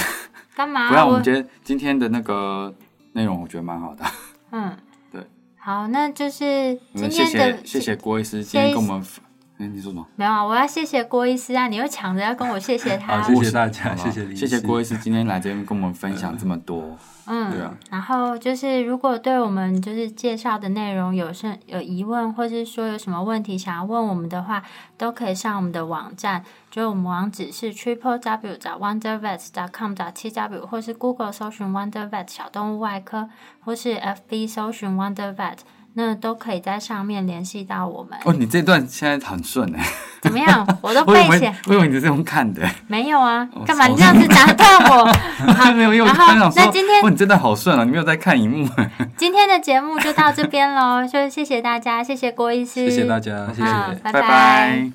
[SPEAKER 1] 干嘛？
[SPEAKER 2] 不然我
[SPEAKER 1] 我
[SPEAKER 2] 们今天今天的那个内容，我觉得蛮好的。
[SPEAKER 1] 嗯，
[SPEAKER 2] 对，
[SPEAKER 1] 好，那就是
[SPEAKER 2] 我
[SPEAKER 1] 今
[SPEAKER 2] 们谢
[SPEAKER 1] 天的
[SPEAKER 2] 谢谢谢郭医师今天跟我们分，哎，你说什么？
[SPEAKER 1] 没有啊，我要谢谢郭医师啊！你又抢着要跟我谢谢他，
[SPEAKER 3] 好谢
[SPEAKER 2] 我
[SPEAKER 3] 谢
[SPEAKER 2] 是
[SPEAKER 3] 大家，
[SPEAKER 2] 好
[SPEAKER 3] 谢
[SPEAKER 2] 吧
[SPEAKER 3] 谢林，
[SPEAKER 2] 谢谢郭医师今天来这边跟我们分享这么多。
[SPEAKER 1] 嗯，
[SPEAKER 2] 对啊
[SPEAKER 1] 然后就是，如果对我们就是介绍的内容有甚有疑问，或是说有什么问题想要问我们的话，都可以上我们的网站，就是我们网址是 triple w 打 wonder vet 打 com 打 t w，或是 Google 搜寻 wonder vet 小动物外科，或是 FB 搜寻 wonder vet，那都可以在上面联系到我们。
[SPEAKER 2] 哦，你这段现在很顺哎，
[SPEAKER 1] 怎么样？我都
[SPEAKER 2] 我以
[SPEAKER 1] 背起
[SPEAKER 2] 为
[SPEAKER 1] 来，
[SPEAKER 2] 我以为你哦是用看的，
[SPEAKER 1] 没有啊？干嘛
[SPEAKER 2] 手
[SPEAKER 1] 你这样子打断我？
[SPEAKER 2] 没有，因为我
[SPEAKER 1] 然后
[SPEAKER 2] 刚想说，
[SPEAKER 1] 那今天
[SPEAKER 2] 哇，你真的好顺啊，你没有在看荧幕，
[SPEAKER 1] 今天的节目就到这边喽，就谢谢大家，谢谢郭医师，
[SPEAKER 3] 谢谢大家，谢谢。
[SPEAKER 1] 好拜
[SPEAKER 2] 拜拜。